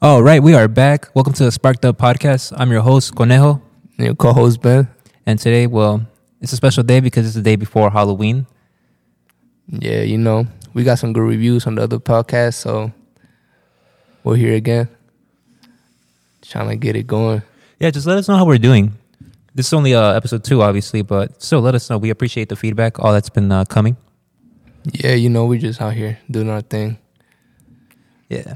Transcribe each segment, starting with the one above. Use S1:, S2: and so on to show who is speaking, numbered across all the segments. S1: All right, we are back. Welcome to the Sparked Up Podcast. I'm your host, Conejo.
S2: And your co-host Ben.
S1: And today, well, it's a special day because it's the day before Halloween.
S2: Yeah, you know we got some good reviews on the other podcast, so we're here again, trying to get it going.
S1: Yeah, just let us know how we're doing. This is only uh, episode two, obviously, but still let us know. We appreciate the feedback, all that's been uh, coming.
S2: Yeah, you know we're just out here doing our thing.
S1: Yeah.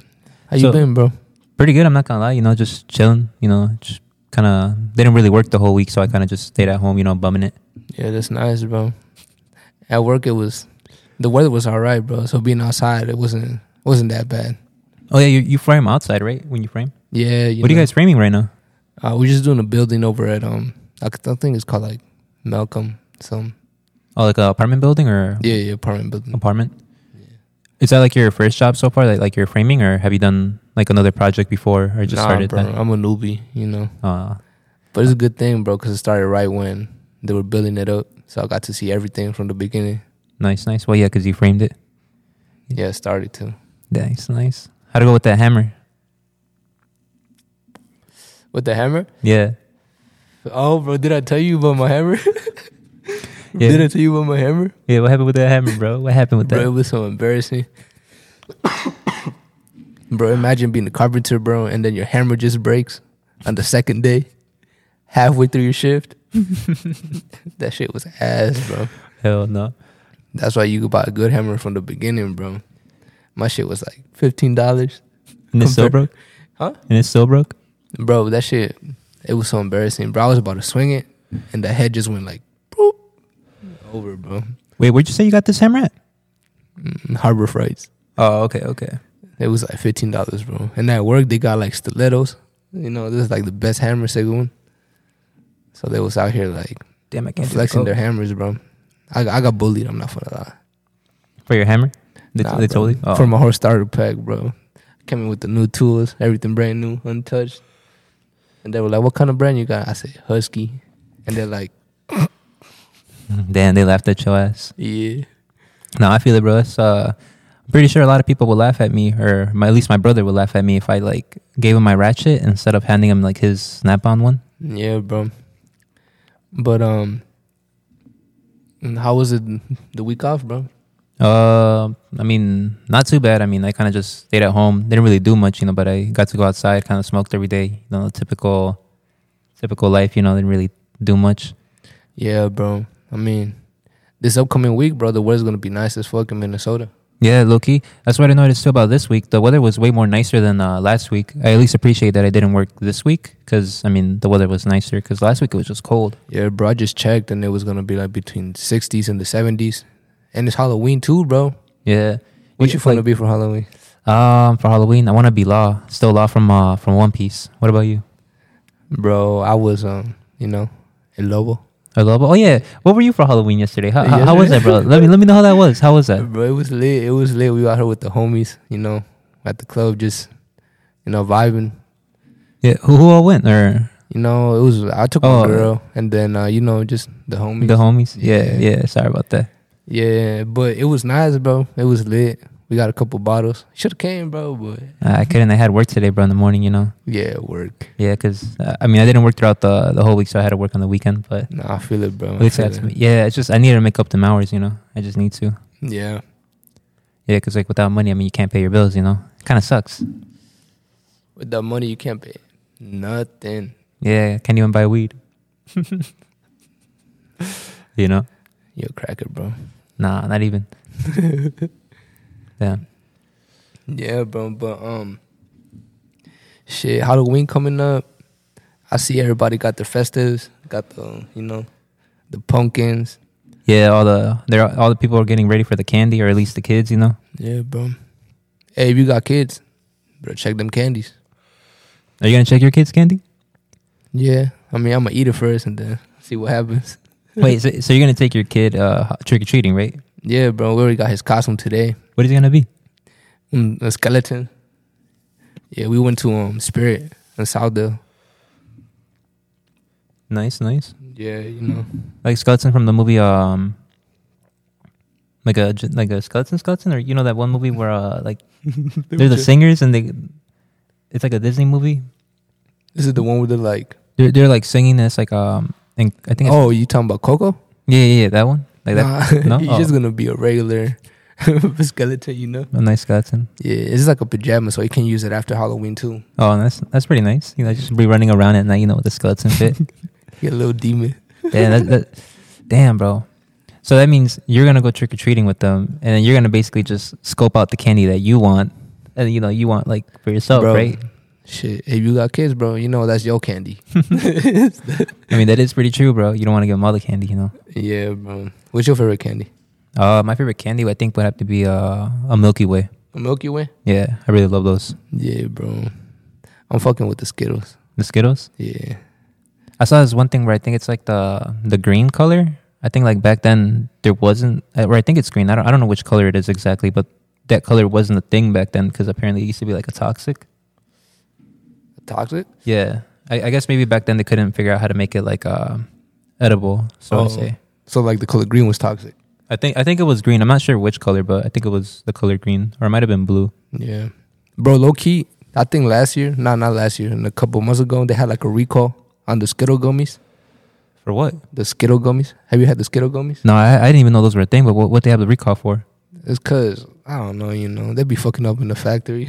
S2: How
S1: So-
S2: you been, bro?
S1: Pretty good, I'm not going to lie. You know, just chilling, you know, just kind of didn't really work the whole week, so I kind of just stayed at home, you know, bumming it.
S2: Yeah, that's nice, bro. At work, it was the weather was all right, bro. So being outside, it wasn't wasn't that bad.
S1: Oh, yeah, you, you frame outside, right? When you frame?
S2: Yeah, you
S1: what are you
S2: know.
S1: guys framing right now?
S2: Uh, we're just doing a building over at um, I c- I think it's called like Malcolm. Some
S1: Oh, like a apartment building or
S2: yeah, yeah, apartment building.
S1: apartment. Is that like your first job so far? Like, like you're framing, or have you done like another project before, or just
S2: nah,
S1: started?
S2: bro,
S1: that?
S2: I'm a newbie, you know.
S1: Uh,
S2: But it's a good thing, bro, because it started right when they were building it up. So I got to see everything from the beginning.
S1: nice, nice. Well, yeah, because you framed it.
S2: Yeah, it started to.
S1: Nice, nice. How to go with that hammer?
S2: With the hammer?
S1: Yeah,
S2: Oh, bro, did I tell you about my hammer?
S1: Yeah.
S2: Did I tell you about my hammer?
S1: yeah. What happened with that hammer, bro? What happened with that?
S2: Bro, it was so embarrassing. bro, imagine being a carpenter, bro, and then your hammer just breaks on the second day, halfway through your shift. that shit was ass, bro.
S1: Hell no.
S2: That's why you could buy a good hammer from the beginning, bro. My shit was like fifteen dollars.
S1: And it still
S2: Compare-
S1: broke.
S2: Huh?
S1: And it still broke.
S2: Bro, that shit, it was so embarrassing. Bro, I was about to swing it, and the head just went like, boop, over, bro.
S1: Wait, where'd you say you got this hammer at?
S2: Mm, Harbor Freights.
S1: Oh, okay, okay.
S2: It was like fifteen dollars, bro. And at work, they got like stilettos. You know, this is like the best hammer segment. So they was out here like
S1: Damn, I can't do the
S2: flexing
S1: coat.
S2: their hammers, bro. I, got- I got bullied. I'm not gonna lie.
S1: for your hammer. They,
S2: Nah,
S1: they
S2: bro.
S1: told you. Oh.
S2: for my whole starter pack, bro. Came in with the new tools, everything brand new, untouched. And they were like, "What kind of brand you got?" I said, "Husky," and they're like,
S1: Mm-hmm. Damn, they laughed at your ass.
S2: "Yeah."
S1: No, I feel it, bro. It's, uh, I'm pretty sure a lot of people would laugh at me, or my, at least my brother would laugh at me if I like gave him my ratchet instead of handing him like his snap-on one.
S2: Yeah, bro. But um, how was it the week off, bro?
S1: Uh, I mean, not too bad. I mean, I kind of just stayed at home, didn't really do much, you know. But I got to go outside, kind of smoked every day, you know, typical, typical life, you know. Didn't really do much.
S2: Yeah, bro. I mean, this upcoming week, bro, the weather's gonna be nice as fuck in Minnesota.
S1: Yeah, low key. That's what I noticed too about this week. The weather was way more nicer than uh, last week. I at least appreciate that I didn't work this week because I mean the weather was nicer. Because last week it was just cold.
S2: Yeah, bro. I just checked, and it was gonna be like between sixties and the seventies. And it's Halloween too, bro.
S1: Yeah.
S2: What
S1: Yeah,
S2: you gonna
S1: like-
S2: be for Halloween?
S1: Um, for Halloween, I want to be Law. Still Law from uh from One Piece. What about you?
S2: Bro, I was um, you know, El Lobo.
S1: Or Lobo? Oh yeah. What were you for Halloween yesterday? How, how, how
S2: Yesterday?
S1: was that, bro? Let me let me know how that was. How was that?
S2: Bro, it was lit. It was lit. We out here with the homies, you know, at the club, just you know, vibing.
S1: Yeah. Who who all went or
S2: You know, it was. I took
S1: Oh.
S2: my girl, and then uh, you know, just the homies.
S1: the homies? Yeah.
S2: Yeah.
S1: Yeah. Sorry about that.
S2: yeah, but it was nice, bro. It was lit. We got a couple bottles. Should have came, bro, but
S1: Uh, I couldn't. I had work today, bro, in the morning. You know.
S2: yeah, work.
S1: Yeah, cause uh, I mean I didn't work throughout the the whole week, so I had to work on the weekend. But
S2: Nah, I feel it, bro.
S1: at least I
S2: I feel
S1: had to,
S2: it.
S1: yeah, it's just I need to make up them hours. You know, I just need to.
S2: Yeah,
S1: Yeah, cause like without money, I mean you can't pay your bills. You know, kind of sucks.
S2: with that money, you can't pay nothing.
S1: Yeah, can't even buy weed. you know.
S2: You're a cracker, bro.
S1: Nah, not even. Damn.
S2: Yeah, bro. But um, shit, Halloween coming up. I see everybody got their festives, got the you know, the pumpkins.
S1: Yeah, all the they're all the people are getting ready for the candy, or at least the kids, you know.
S2: Yeah, bro. Hey, if you got kids, bro, check them candies.
S1: Are you gonna check your kids' candy?
S2: Yeah, I mean, I'm gonna eat it first and then see what happens.
S1: Wait, so, so you're gonna take your kid uh, trick or treating, right?
S2: Yeah, bro. We already got his costume today.
S1: What is it gonna be?
S2: Mm, a skeleton. Yeah, we went to um Spirit in Southdale.
S1: Nice, nice.
S2: Yeah, you know.
S1: Like skeleton from the movie, um, like a j- like a skeleton skeleton, or you know that one movie where uh, like they're the singers and they it's like a Disney movie.
S2: This is the one with the like.
S1: They're they're like singing. And it's like um, and I think it's,
S2: Oh, you talking about Coco?
S1: yeah, yeah, yeah, that one. Like that,
S2: Nah,
S1: No?
S2: you're
S1: Oh.
S2: just gonna be a regular skeleton, you know.
S1: a nice skeleton.
S2: Yeah, it's like a pajama, so you can use it after Halloween too.
S1: Oh, that's that's pretty nice. You know, just be running around at night, you know, with the skeleton fit.
S2: Get a little demon.
S1: yeah, that, that, damn, bro. So that means you're gonna go trick or treating with them, and then you're gonna basically just scope out the candy that you want, and you know you want like for yourself,
S2: Bro.
S1: right?
S2: Shit, if you got kids, bro, you know that's your candy.
S1: I mean, that is pretty true, bro. You don't want to give them all the candy, you know.
S2: Yeah, bro. What's your favorite candy?
S1: Uh, my favorite candy, I think, would have to be uh, a Milky Way.
S2: A Milky Way.
S1: Yeah, I really love those.
S2: Yeah, bro. I'm fucking with the Skittles.
S1: The Skittles.
S2: Yeah.
S1: I saw this one thing where I think it's like the the green color. I think like back then there wasn't, uh, or I think it's green. I don't, I don't know which color it is exactly, but that color wasn't a thing back then because apparently it used to be like a toxic.
S2: Toxic?
S1: Yeah, I, I guess maybe back then they couldn't figure out how to make it like uh, edible. So
S2: Oh.
S1: I say,
S2: So like the color green was toxic.
S1: I think I think it was green. I'm not sure which color, but I think it was the color green, or it might have been blue.
S2: Yeah. Bro, low key, I think last year, nah, not last year, and a couple months ago, they had like a recall on the Skittle gummies.
S1: For what?
S2: The Skittle gummies. Have you had the Skittle gummies?
S1: No, I, I didn't even know those were a thing. But what, what they have the recall for?
S2: It's cause I don't know, you know, they be fucking up in the factory,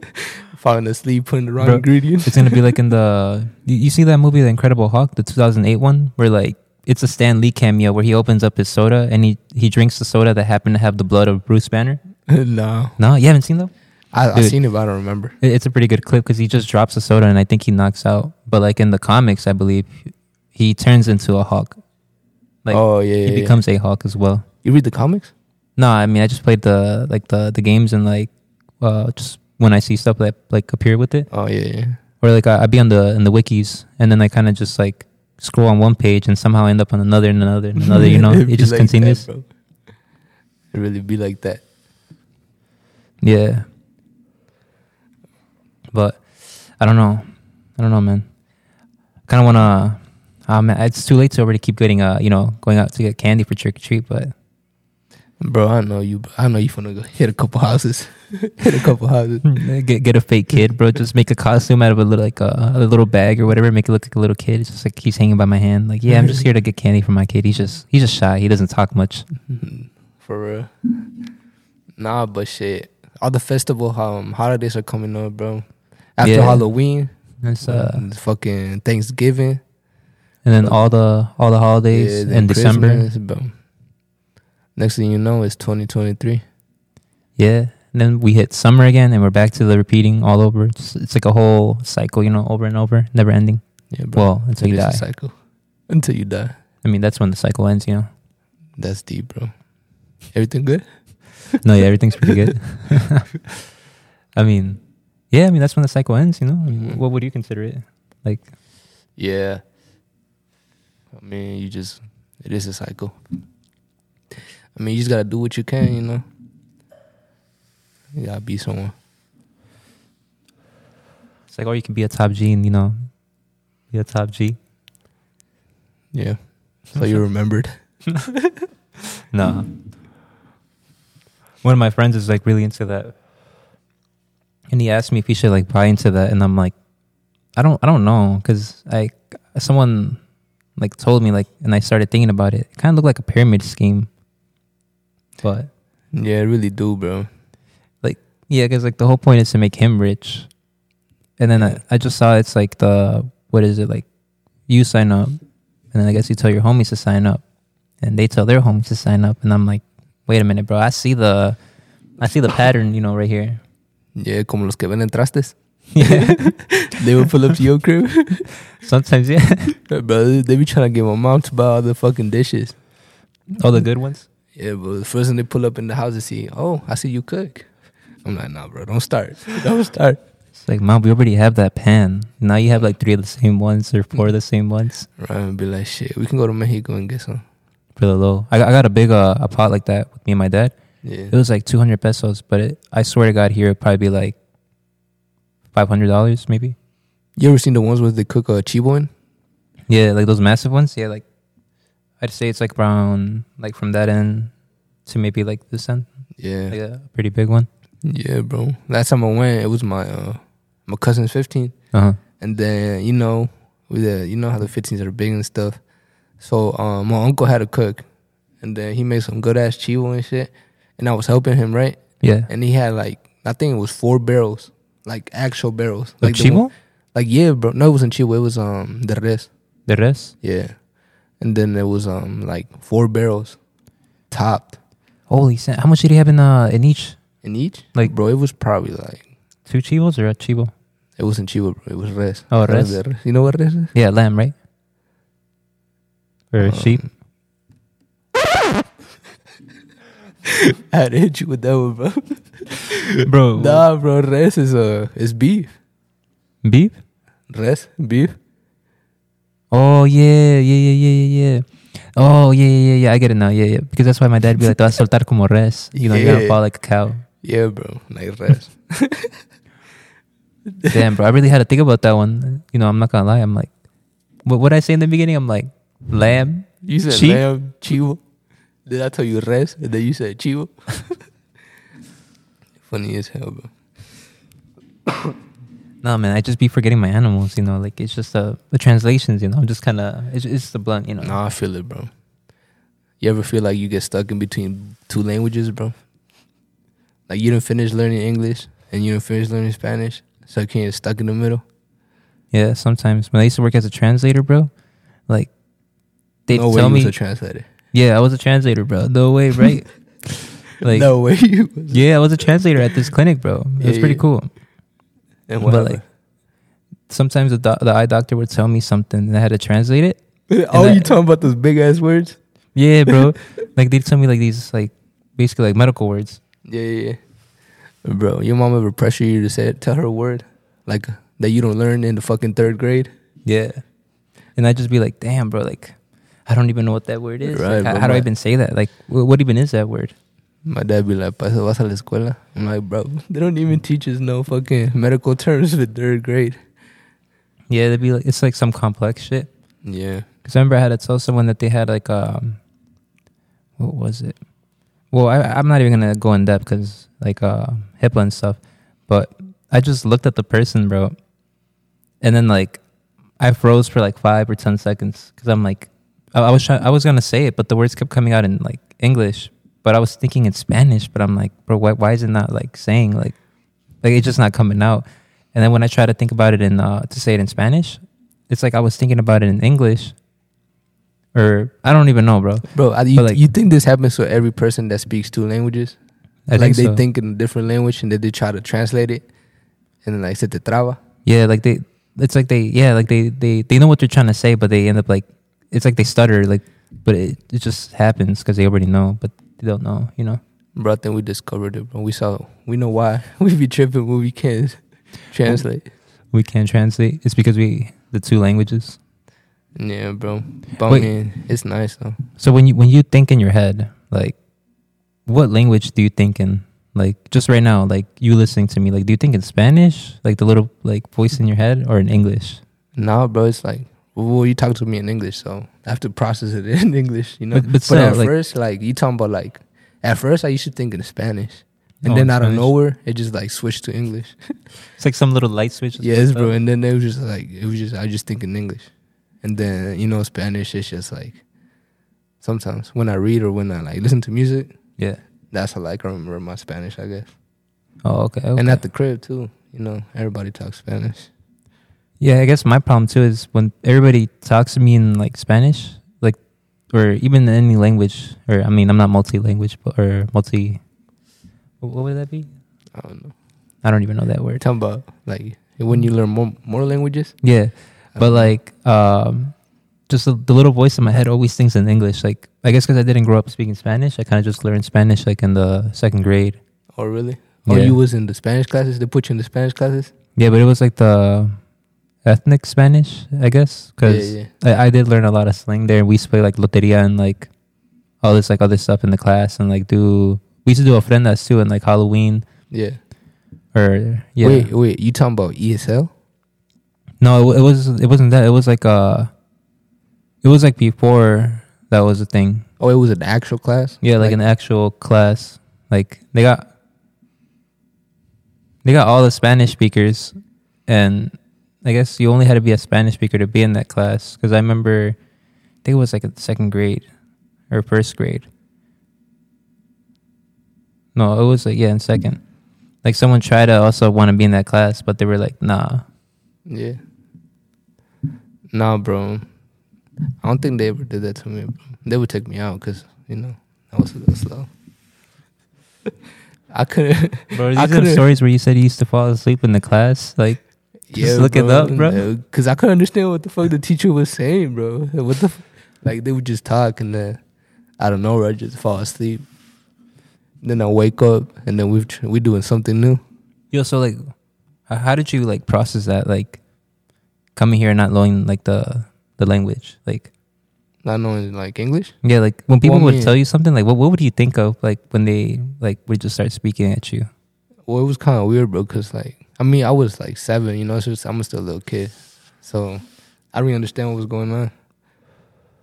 S2: falling asleep, putting the wrong
S1: Bro.
S2: ingredients.
S1: It's gonna be like in the you, you see that movie, The Incredible Hulk, the 2008 one, where like it's a Stan Lee cameo where he opens up his soda and he he drinks the soda that happened to have the blood of Bruce Banner.
S2: no,
S1: No, you haven't seen that.
S2: I, I
S1: Dude.
S2: seen it, but I don't remember.
S1: It- It's a pretty good clip because he just drops the soda and I think he knocks out. But like in the comics, I believe he turns into a Hulk. Like,
S2: oh yeah,
S1: He
S2: yeah, yeah.
S1: becomes a Hulk as well.
S2: You read the comics?
S1: No, I mean I just played the like the the games and like uh just when I see stuff that like appear with it.
S2: Oh yeah, yeah.
S1: or like I, I'd be on the in the wikis and then I kind of just like scroll on one page and somehow end up on another and another and another. You know,
S2: It'd
S1: it
S2: be
S1: just
S2: like that,
S1: continues.
S2: bro. It really be like that.
S1: Yeah, but I don't know. I don't know, man. Kind of wanna. Uh, man, it's too late to already keep getting uh, you know, going out to get candy for trick or treat. But
S2: Bro, I know you. I know you finna go hit a couple houses, hit a couple houses.
S1: get get a fake kid, bro. Just make a costume out of a little like a, a little bag or whatever. Make it look like a little kid. It's just like he's hanging by my hand. Like, yeah, I'm just here to get candy for my kid. He's just he's just shy. He doesn't talk much.
S2: For real. Nah, but shit. All the festival um, holidays are coming up, bro. After
S1: Yeah.
S2: Halloween,
S1: It's uh,
S2: it's fucking Thanksgiving,
S1: and then all the all the holidays
S2: then
S1: in December.
S2: Christmas, bro. Next thing you know, it's 2023.
S1: Yeah, and then we hit summer again, and we're back to the repeating all over. It's, it's like a whole cycle, you know, over and over, never ending.
S2: Yeah, bro.
S1: Well, until you
S2: It is a
S1: die.
S2: cycle. Until you die.
S1: I mean, that's when the cycle ends, you know.
S2: That's deep, bro. Everything good?
S1: No, yeah, everything's pretty good. I mean, yeah, I mean that's when the cycle ends, you know. I mean,
S2: Mhm.
S1: what would you consider it? Like,
S2: Yeah. I mean, you just it is a cycle. I mean, you just gotta do what you can, you know. You gotta be someone.
S1: it's like, or you can be a top G and you know, be a top G.
S2: Yeah. So you remembered.
S1: No. One of my friends is like really into that. And he asked me if he should like buy into that and I'm like I don't I don't know cuz I someone like told me like and I started thinking about it. It kind of looked like a pyramid scheme. But
S2: Yeah, I really do, bro.
S1: yeah, cuz like the whole point is to make him rich. And then I, I just saw it's like the what is it like you sign up and then I guess you tell your homies to sign up and they tell their homies to sign up and I'm like, wait a minute, bro, I see the I see the pattern, you know, right here.
S2: Yeah, como los que venden trastes.
S1: Yeah.
S2: They will pull up to your crib.
S1: Sometimes yeah.
S2: bro, they be trying to get my mom to buy all the fucking dishes.
S1: All the good ones.
S2: Yeah, but the first thing they pull up in the house and see, oh, I see you cook. I'm like, nah, bro, don't start. Don't start.
S1: It's like, mom, we already have that pan. Now you have like three of the same ones or four of the same ones
S2: Right, and be like, shit, we can go to Mexico and get some.
S1: for the low. I, I got a big uh, a pot like that with me and my dad.
S2: Yeah.
S1: It was like 200 pesos, but it, I swear to God, here it'd probably be like $500 maybe.
S2: You ever seen the ones where they cook a chivo in?
S1: Yeah, like those massive ones. Yeah, like I'd say it's like around like from that end to maybe like this end,
S2: Yeah.
S1: like a pretty big one.
S2: Yeah, bro. Last time I went, it was my uh My cousin's 15.
S1: Uh huh.
S2: And then, you know, with the, you know how the 15s are big and stuff. So um, my uncle had a cook. And then he made some good ass chivo and shit. And I was helping him, right?
S1: Yeah.
S2: And he had like, I think it was four barrels, like actual barrels.
S1: Like
S2: Like the one-
S1: Chivo?
S2: Like, yeah, bro. No, it wasn't chivo. It was um the res.
S1: The rest?
S2: Yeah. And then there was um like four barrels topped
S1: Holy snap. How much did he have in uh in each?
S2: in each.
S1: Like-
S2: bro, it was probably like,
S1: Two Chivos or a Chivo?
S2: it wasn't chivo, bro. It was res.
S1: Oh,
S2: That
S1: res?
S2: was the You know what res is?
S1: Yeah, lamb, right? Or
S2: Uh,
S1: sheep?
S2: I had to hit you with that one,
S1: Bro.
S2: bro. nah, bro. Res is uh, is beef.
S1: Beef?
S2: Res beef.
S1: Oh yeah, yeah, yeah, yeah, yeah, yeah. Oh yeah, yeah, yeah, yeah. I get it now. Yeah, yeah. Because that's why my dad be like, "Te vas a soltar como res." You know, you gotta
S2: Yeah.
S1: fall like a cow.
S2: Yeah, bro. Like res.
S1: Damn, bro. I really had to think about that one. You know, I'm not gonna lie. I'm like, what what I say in the beginning? I'm like, lamb.
S2: you said
S1: Sheep?
S2: lamb, chivo. Then I tell you res, and then you said chivo. Funny as hell, bro.
S1: No, man. I just be forgetting my animals. You know, like it's just uh, the translations. You know, I'm just kind of it's it's the blunt. You know.
S2: Nah, I feel it, bro. You ever feel like you get stuck in between two languages, bro? Like you didn't finish learning English and you didn't finish learning Spanish, so you can't stuck in the middle.
S1: Yeah, sometimes when I used to work as a translator, bro, like they
S2: no
S1: would
S2: way
S1: tell
S2: you
S1: me,
S2: was a translator.
S1: yeah, I was a translator, bro. No way, right? like,
S2: no way you was.
S1: yeah, I was a translator at this clinic, bro. It was
S2: Yeah,
S1: pretty
S2: yeah.
S1: cool.
S2: And
S1: but
S2: what
S1: like sometimes the, doc- the eye doctor would tell me something and I had to translate it.
S2: oh,
S1: and I-
S2: you talking about those big ass words?
S1: Yeah, bro. like they'd tell me like these like basically like medical words.
S2: Yeah, yeah, yeah. Bro, your mom ever pressure you to say tell her a word like that you don't learn in the fucking third grade?
S1: Yeah. And I'd just be like, damn, bro, like I don't even know what that word is.
S2: Right,
S1: Like, how,
S2: bro,
S1: how do I
S2: my-
S1: even say that? Like wh- what even is that word?
S2: My dad be like, "Paso vas a la escuela." I'm like, bro, they don't even teach us no fucking medical terms for third grade.
S1: Yeah, they'd be like it's like some complex shit.
S2: Yeah.
S1: Because I remember I had to tell someone that they had like um, what was it? Well, I, I'm not even gonna go in depth because like uh, HIPAA and stuff. But I just looked at the person, bro, and then like I froze for like five or ten seconds because I'm like, I, I was trying, I was gonna say it, but the words kept coming out in like English, but I was thinking in Spanish. But I'm like, bro, why, why is it not like saying like, like it's just not coming out? And then when I try to think about it in uh, to say it in Spanish, it's like I was thinking about it in English, or I don't even know, bro.
S2: Bro, I, you,
S1: But, like-
S2: you think this happens to every person that speaks two languages?
S1: I
S2: like
S1: think
S2: they
S1: so.
S2: think in a different language and then they try to translate it, and then like se te traba.
S1: yeah, like they, it's like they, yeah, like they, they, they know what they're trying to say, but they end up like, it's like they stutter, like, but it, it just happens because they already know, but they don't know, you know.
S2: Bro, I think we discovered it, bro. We saw, we know why we be tripping when we can't translate.
S1: We can't translate. It's because we the two languages.
S2: Yeah, bro. But
S1: Wait.
S2: man, it's nice though.
S1: So when you when you think in your head, like, what language do you think in? Like just right now, like you listening to me, like do you think in Spanish, like the little like voice in your head, or in English?
S2: Now, bro, it's like, well, you talk to me in English, so I have to process it in English, you know.
S1: But- but
S2: But,
S1: still,
S2: at
S1: like-
S2: first, like you talking about like, at first I used to think in Spanish, and
S1: Oh,
S2: then
S1: in
S2: out of
S1: Spanish?
S2: nowhere it just like switched to English.
S1: It's like some little light switch. Oh,
S2: Yes, bro. And then it was just like it was just I just think in English, and then you know Spanish. It's just like sometimes when I read or when I like listen to music,
S1: Yeah.
S2: that's how like I remember my Spanish, I guess.
S1: Oh, okay. okay.
S2: And at the crib too, you know, everybody talks Spanish.
S1: Yeah, I guess my problem too is when everybody talks to me in like Spanish, like or even in any language, or I mean, I'm not multi-language but, or multi. wh- What would that be?
S2: I don't know.
S1: I don't even know that
S2: We're
S1: word.
S2: talking about like when you learn more more languages,
S1: Yeah,
S2: I
S1: but
S2: don't know.
S1: like, um, just the, the little voice in my head always thinks in English. Like, I guess because I didn't grow up speaking Spanish, I kind of just learned Spanish like in the second grade.
S2: oh really? Oh,
S1: Yeah.
S2: you was in the Spanish classes. They put you in the Spanish classes.
S1: Yeah, but it was like the ethnic Spanish, I guess,
S2: Yeah,
S1: because
S2: yeah.
S1: I, I did learn a lot of slang there. We used to play like loteria and like all this like other stuff in the class and like do we used to do ofrendas too and like Halloween
S2: Yeah.
S1: or yeah.
S2: Wait, wait. You talking about E ESL?
S1: No, it, it was it wasn't that. It was like uh, it was like before that was a thing.
S2: Oh, it was an actual class.
S1: Yeah, like, an actual class. Like they got they got all the Spanish speakers and I guess you only had to be a Spanish speaker to be in that class because I remember, I think it was like in second grade or first grade. No, it was like yeah, in second. Like someone tried to also want to be in that class, but they were like, nah.
S2: Yeah. Nah, bro. I don't think they ever did that to me. Bro. They would take me out because you know I was a little slow. I couldn't.
S1: Bro,
S2: I
S1: these are
S2: couldn't-
S1: the stories where you said you used to fall asleep in the class. Like, Just look it up, bro.
S2: Because I couldn't understand what the fuck the teacher was saying, bro. What the, f- like they would just talk and then I don't know, I just fall asleep. Then I wake up and then we we doing something new.
S1: yo, so like, how, how did you like process that? Like, coming here and not knowing like the the language. Like,
S2: Not knowing like English.
S1: yeah, like when people
S2: Well,
S1: would
S2: me-
S1: tell you something, like, what what would you think of? Like when they like would just start speaking at you.
S2: Well, it was kind of weird, bro. Cause like I mean, I was like seven, you know. It's just I'm still a little kid, so I didn't understand what was going on.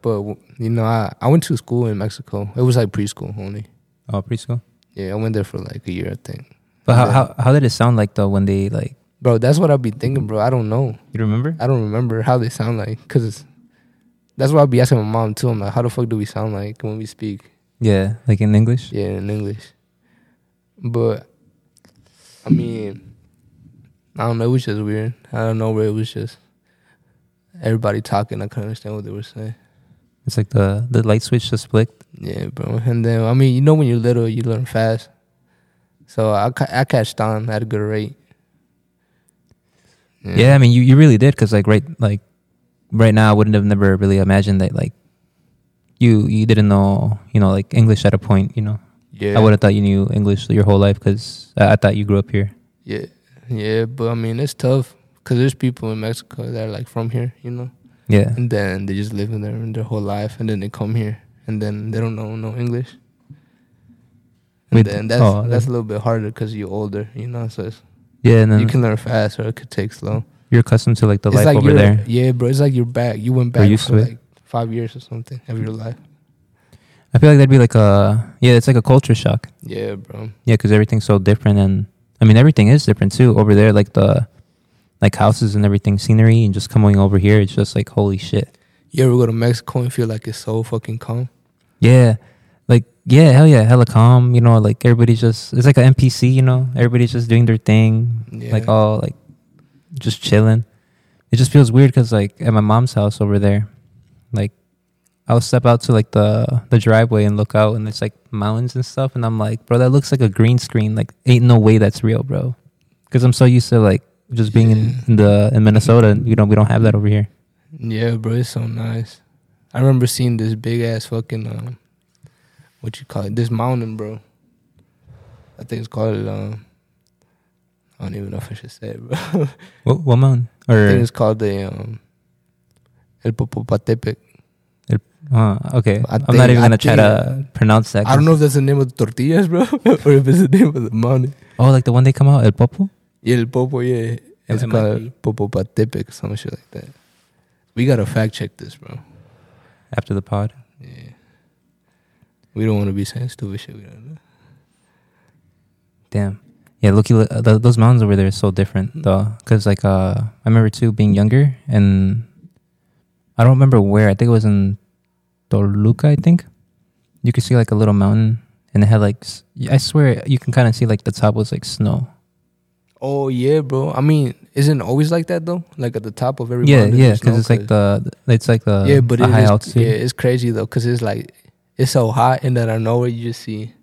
S2: But you know, I I went to school in Mexico. It was like preschool only.
S1: Oh, preschool.
S2: Yeah, I went there for like a year, I think.
S1: But how,
S2: Yeah.
S1: how how did it sound like though when they like
S2: Bro, that's what I be thinking, bro. I don't know.
S1: you remember?
S2: I don't remember how they sound like, cause it's, that's why I be asking my mom too. I'm like, how the fuck do we sound like when we speak?
S1: Yeah, like in English.
S2: Yeah, in English. But I mean, I don't know. It was just weird. I don't know where it was just everybody talking. I couldn't understand what they were saying.
S1: It's like the the light switch just flicked.
S2: Yeah, bro. And then I mean, you know, when you're little, you learn fast. So I ca- I catched on at a good rate.
S1: Yeah, I mean you, you really did because like right like right now I wouldn't have never really imagined that like you you didn't know you know like English at a point you know
S2: Yeah.
S1: I would have thought you knew English your whole life because I, I thought you grew up here.
S2: Yeah, yeah, but I mean it's tough because there's people in Mexico that are like from here, you know,
S1: Yeah,
S2: and then they just live in there in their whole life, and then they come here, and then they don't know no English. And
S1: With-
S2: then that's
S1: oh,
S2: that's
S1: yeah.
S2: a little bit harder because you're older, you know. So it's,
S1: yeah, and then
S2: you can learn fast or it could take slow.
S1: you're accustomed to like the
S2: it's
S1: life
S2: like
S1: over
S2: you're,
S1: there.
S2: yeah, bro. It's like you're back. You went
S1: We're
S2: back
S1: used
S2: for
S1: to it.
S2: like five years or something of your life.
S1: I feel like that'd be like a yeah, it's like a culture shock.
S2: Yeah, bro.
S1: Yeah, because everything's so different, and I mean everything is different too over there. Like the like houses and everything, scenery, and just coming over here, it's just like holy shit.
S2: You ever go to Mexico and feel like it's so fucking calm?
S1: Yeah, like yeah, hell yeah, hella calm. You know, like everybody's just it's like an NPC. You know, everybody's just doing their thing,
S2: Yeah.
S1: like all like just chilling. It just feels weird because like at my mom's house over there, like I'll step out to like the the driveway and look out, and it's like mountains and stuff, and I'm like, bro, that looks like a green screen. Like, ain't no way that's real, bro. Because I'm so used to like just being in,
S2: Yeah.
S1: in the in Minnesota, you know, we don't have that over here.
S2: Yeah, bro, it's so nice. I remember seeing this big ass fucking um, what you call it? This mountain, bro. I think it's called um, I don't even know if I should say it, bro.
S1: What, what mountain?
S2: I think
S1: Or
S2: it's called the um, El Popocatépetl.
S1: uh, okay,
S2: I
S1: I'm
S2: think-
S1: not even
S2: I
S1: gonna try to
S2: think-
S1: pronounce that.
S2: I don't know if that's the name of the tortillas, bro, or if it's the name of the mountain.
S1: Oh, like the one they come out El Popo.
S2: Yeah, El Popo, yeah. It's
S1: It might be.
S2: called Popocatépetl, some shit like that. We gotta fact check this, bro.
S1: after the pod.
S2: Yeah. We don't want to be saying stupid shit. We don't know.
S1: Damn. Yeah, Loki, uh, th- those mountains over there are so different though. Cause like uh, I remember too being younger, and I don't remember where. I think it was in Toluca. I think you could see like a little mountain, and it had like s- I swear you can kind of see like the top was like snow.
S2: Oh yeah, bro. I mean, isn't it always like that though? Like at the top of every
S1: yeah,
S2: mountain,
S1: yeah,
S2: there's
S1: because
S2: no
S1: it's like
S2: cra-
S1: the it's like the
S2: yeah, but
S1: the
S2: it
S1: high
S2: is-
S1: altitude.
S2: yeah, it's crazy though, cause it's like it's so hot, and then I know where you just see.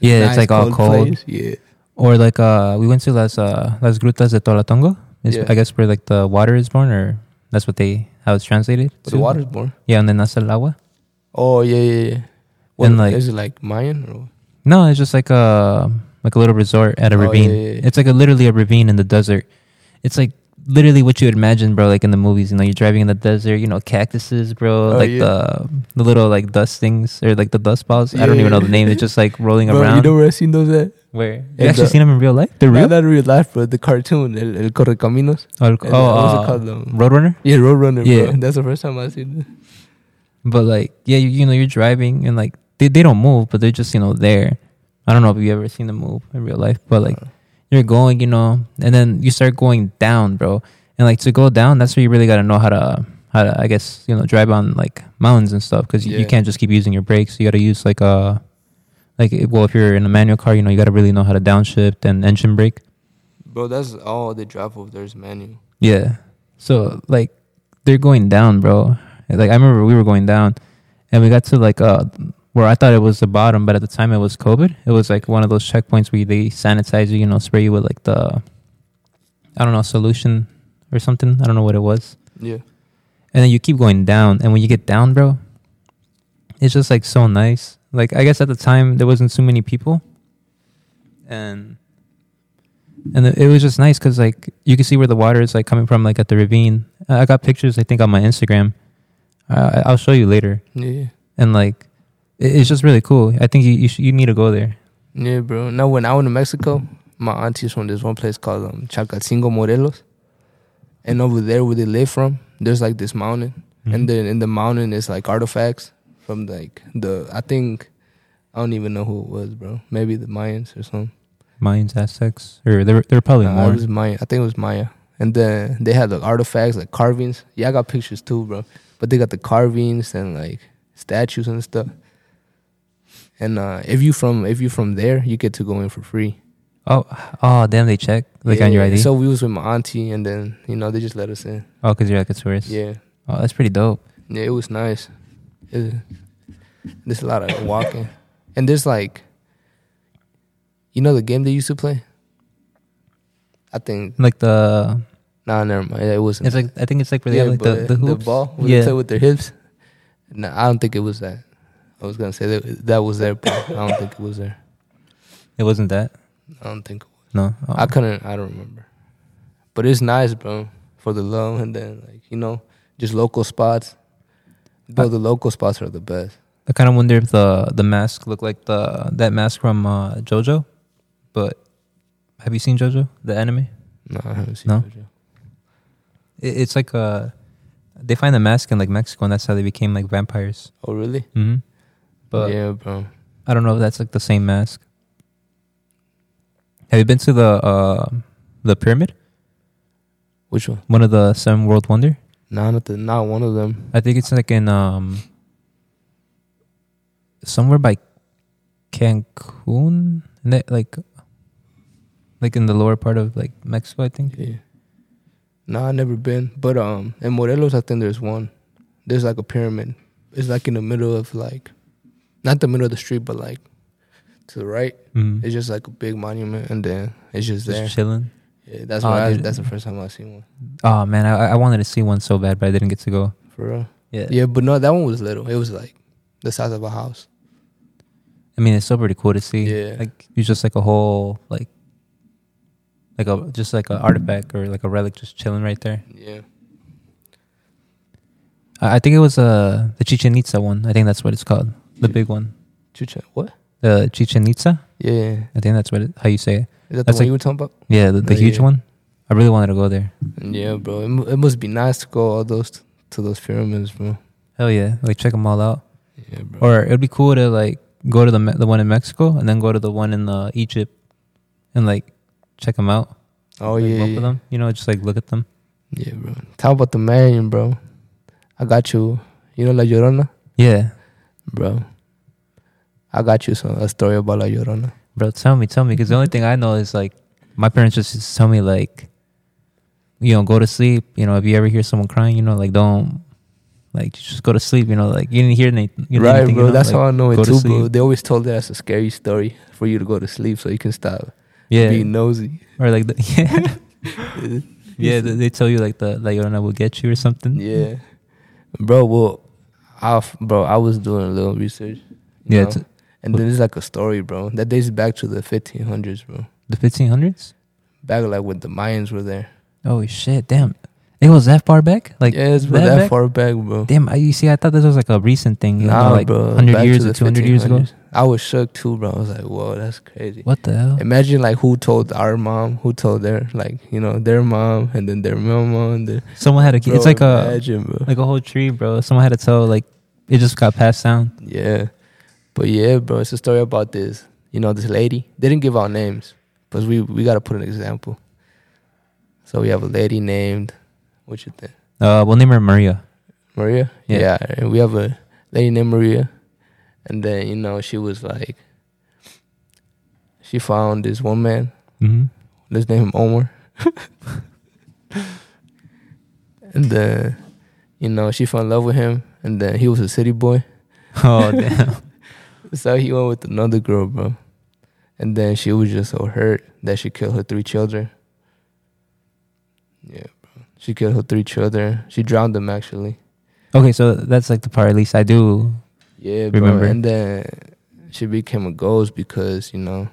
S1: Yeah, it's like
S2: nice,
S1: all cold.
S2: place. Yeah,
S1: Or like uh, we went to las uh, las grutas de Tolatongo. It's,
S2: Yeah.
S1: I guess where like the water is born, or that's what they how it's translated.
S2: but the
S1: to.
S2: water's born.
S1: Yeah, and then nace el agua.
S2: Oh yeah, yeah, yeah. What,
S1: And, like-
S2: is it like Mayan or what?
S1: No, it's just like a like a little resort at a
S2: Oh, yeah,
S1: ravine.
S2: yeah, yeah.
S1: It's like a literally a ravine in the desert. It's like literally what you would imagine, bro. Like in the movies, you know, you're driving in the desert, you know, cactuses, bro.
S2: Oh,
S1: like
S2: yeah.
S1: the the little like dust things or like the dust balls. I don't
S2: Yeah,
S1: even know
S2: yeah.
S1: the name. It's just like rolling
S2: Bro, you
S1: around.
S2: know where I seen those at?
S1: Where you
S2: In
S1: actually
S2: the-
S1: seen them in real life? They're
S2: Not,
S1: real.
S2: not real life, but the cartoon El, El Correcaminos.
S1: Oh,
S2: And, uh, what's it
S1: oh uh,
S2: called? Um,
S1: Roadrunner.
S2: yeah, Roadrunner.
S1: Yeah.
S2: bro. that's the first time I seen. It.
S1: But like, yeah, you, you know, you're driving and like they, they don't move, but they're just you know there. I don't know if you ever seen them move in real life, but like you're going, you know, and then you start going down, bro. And like to go down, that's where you really got to know how to, how to, I guess, you know, drive on like mountains and stuff because you
S2: Yeah.
S1: can't just keep using your brakes. You got to use like a, like, well, if you're in a manual car, you know, you got to really know how to downshift and engine brake.
S2: Bro, that's all they drive over there is manual.
S1: Yeah. So like they're going down, bro. Like I remember we were going down and we got to like uh where I thought it was the bottom, but at the time it was COVID. It was like one of those checkpoints where they sanitize you, you know, spray you with like the I don't know, solution or something. I don't know what it was.
S2: Yeah.
S1: And then you keep going down and when you get down, bro, it's just like so nice. Like I guess at the time there wasn't so many people. And and it was just nice because like you can see where the water is like coming from like at the ravine i I got pictures i think on my instagram uh, I- i'll show you later
S2: Yeah.
S1: and like it- it's just really cool i think you you, sh- you need to go there
S2: Yeah, bro. Now, when I went to Mexico, my auntie's from this one place called um, Chacalcingo, Morelos. And over there, where they live from, there's like this mountain. Mm-hmm.
S1: Mm-hmm.
S2: And then in the mountain is like artifacts from like the, I think, I don't even know who it was, bro. Maybe the Mayans or something.
S1: mayans aztecs or there were- there were probably
S2: Nah, it
S1: more
S2: was Maya. I think it was Maya. And then they had like artifacts, like carvings. Yeah, I got pictures too, bro. But they got the carvings and like statues and stuff. And uh, if you from if you from there, you get to go in for free.
S1: oh oh damn they check like on your
S2: Yeah,
S1: id
S2: So we was with my auntie, and then you know they just let us in.
S1: oh because you're like a tourist
S2: Yeah,
S1: oh that's pretty dope
S2: yeah, it was nice. It, there's a lot of walking, and there's like, you know, the game they used to play. I think
S1: like the
S2: nah, never mind. It wasn't.
S1: it's like i think it's like where they have like the,
S2: but
S1: the hoops
S2: ball where
S1: yeah
S2: they play with their hips. No, I don't think it was that. I was gonna say that that was there, but I don't think it was there.
S1: it wasn't that
S2: I don't think
S1: no oh.
S2: I couldn't. I don't remember. But it's nice, bro, for the love, and then like you know, just local spots. Bro, the local spots are the best.
S1: I kind of wonder if the the mask looked like the that mask from uh, JoJo, but have you seen JoJo the anime?
S2: No, I haven't seen.
S1: No?
S2: Jojo.
S1: It, it's like uh they find the mask in like Mexico, and that's how they became like vampires.
S2: Oh, really?
S1: Mm-hmm. But
S2: yeah, bro.
S1: I don't know if that's like the same mask. Have you been to the uh, the pyramid?
S2: Which one?
S1: One of the seven world wonder.
S2: No, not the, not one of them.
S1: I think it's like in um somewhere by Cancun, and that, like like in the lower part of like Mexico, I think.
S2: Yeah. No, I never been. But um, in Morelos, I think there's one. There's like a pyramid. It's like in the middle of like, not the middle of the street, but like to the right.
S1: Mm.
S2: It's just like a big monument, and then it's Mm-hmm. just there.
S1: Just chilling.
S2: Yeah, that's
S1: Oh,
S2: when I,
S1: dude.
S2: that's the first time I've seen one.
S1: Oh man, I I wanted to see one so bad, but I didn't get to go.
S2: For real.
S1: Yeah.
S2: Yeah, but no, that one was little. It was like the size of a house.
S1: I mean, it's still pretty cool to see.
S2: Yeah.
S1: Like it's just like a whole like like a just like an artifact or like a relic just chilling right there.
S2: Yeah.
S1: I, I think it was uh the Chichen Itza one. I think that's what it's called, the big one,
S2: Chucha, what?
S1: the Chichen Itza.
S2: Yeah.
S1: I think that's what it, how you say it.
S2: Is that the
S1: That's
S2: one
S1: like-
S2: you were talking about?
S1: Yeah, the, the
S2: Oh,
S1: huge
S2: yeah.
S1: one. I really wanted to go there.
S2: Yeah, bro. It, mu- it must be nice to go all those to those pyramids, bro.
S1: Hell yeah, like check them all out.
S2: Yeah, bro.
S1: Or it'd be cool to like go to the Me- the one in Mexico and then go to the one in uh, Egypt, and like check them out.
S2: oh
S1: like,
S2: yeah,
S1: look at
S2: yeah.
S1: them. You know, just like look at them.
S2: yeah, bro. Talk about the Marion, bro. I got you. You know La Llorona,
S1: Yeah,
S2: bro. I got you some a story about La Llorona.
S1: bro. Tell me, tell me, because the only thing I know is like my parents just used to tell me like, you know, go to sleep. You know, if you ever hear someone crying, you know, like don't like just go to sleep. You know, like you didn't hear any, you
S2: right,
S1: anything.
S2: bro.
S1: You know?
S2: That's
S1: like,
S2: how I know
S1: go to
S2: it too, bro.
S1: sleep.
S2: They always told that as a scary story for you to go to sleep so you can stop
S1: Yeah,
S2: being nosy.
S1: or like the, yeah, yeah. They, they tell you like the La Llorona will get you or something.
S2: Yeah, bro. Well, I f- bro, I was doing a little research. you
S1: Yeah,
S2: know,
S1: it's
S2: and then it's like a story, bro. That dates back to the 1500s, bro.
S1: the 1500s.
S2: Back like when the Mayans were there.
S1: Oh shit, damn! It was that far back. Like,
S2: yeah, it's bro,
S1: that
S2: that
S1: back?
S2: far back, bro.
S1: damn! I, you see, I thought this was like a recent thing. You know, like
S2: back
S1: hundred
S2: to
S1: years
S2: the
S1: or two hundred years ago.
S2: 1500s. I was shook too, bro. I was like, whoa, that's crazy.
S1: What the hell?
S2: Imagine like who told our mom, who told their like you know their mom, and then their mama, and then
S1: Someone had a.
S2: bro,
S1: it's like a
S2: imagine, bro.
S1: like a whole tree, bro. Someone had to tell. Like, it just got passed down.
S2: Yeah. But yeah, bro, it's a story about this, you know, this lady. They didn't give out names, But we we gotta put an example. So we have a lady named what you think
S1: Uh, we'll name her Maria.
S2: Maria.
S1: Yeah.
S2: and we have a lady named Maria, and then you know she was like, she found this one man.
S1: Mm-hmm.
S2: Let's name him Omar. and then, you know, she fell in love with him, and then he was a city boy.
S1: Oh damn.
S2: So he went with another girl, bro. And then she was just so hurt that she killed her three children. Yeah, bro. She killed her three children. She drowned them actually.
S1: Okay, so that's like the part. At least I do.
S2: Yeah, bro.
S1: Remember.
S2: And then she became a ghost because, you know,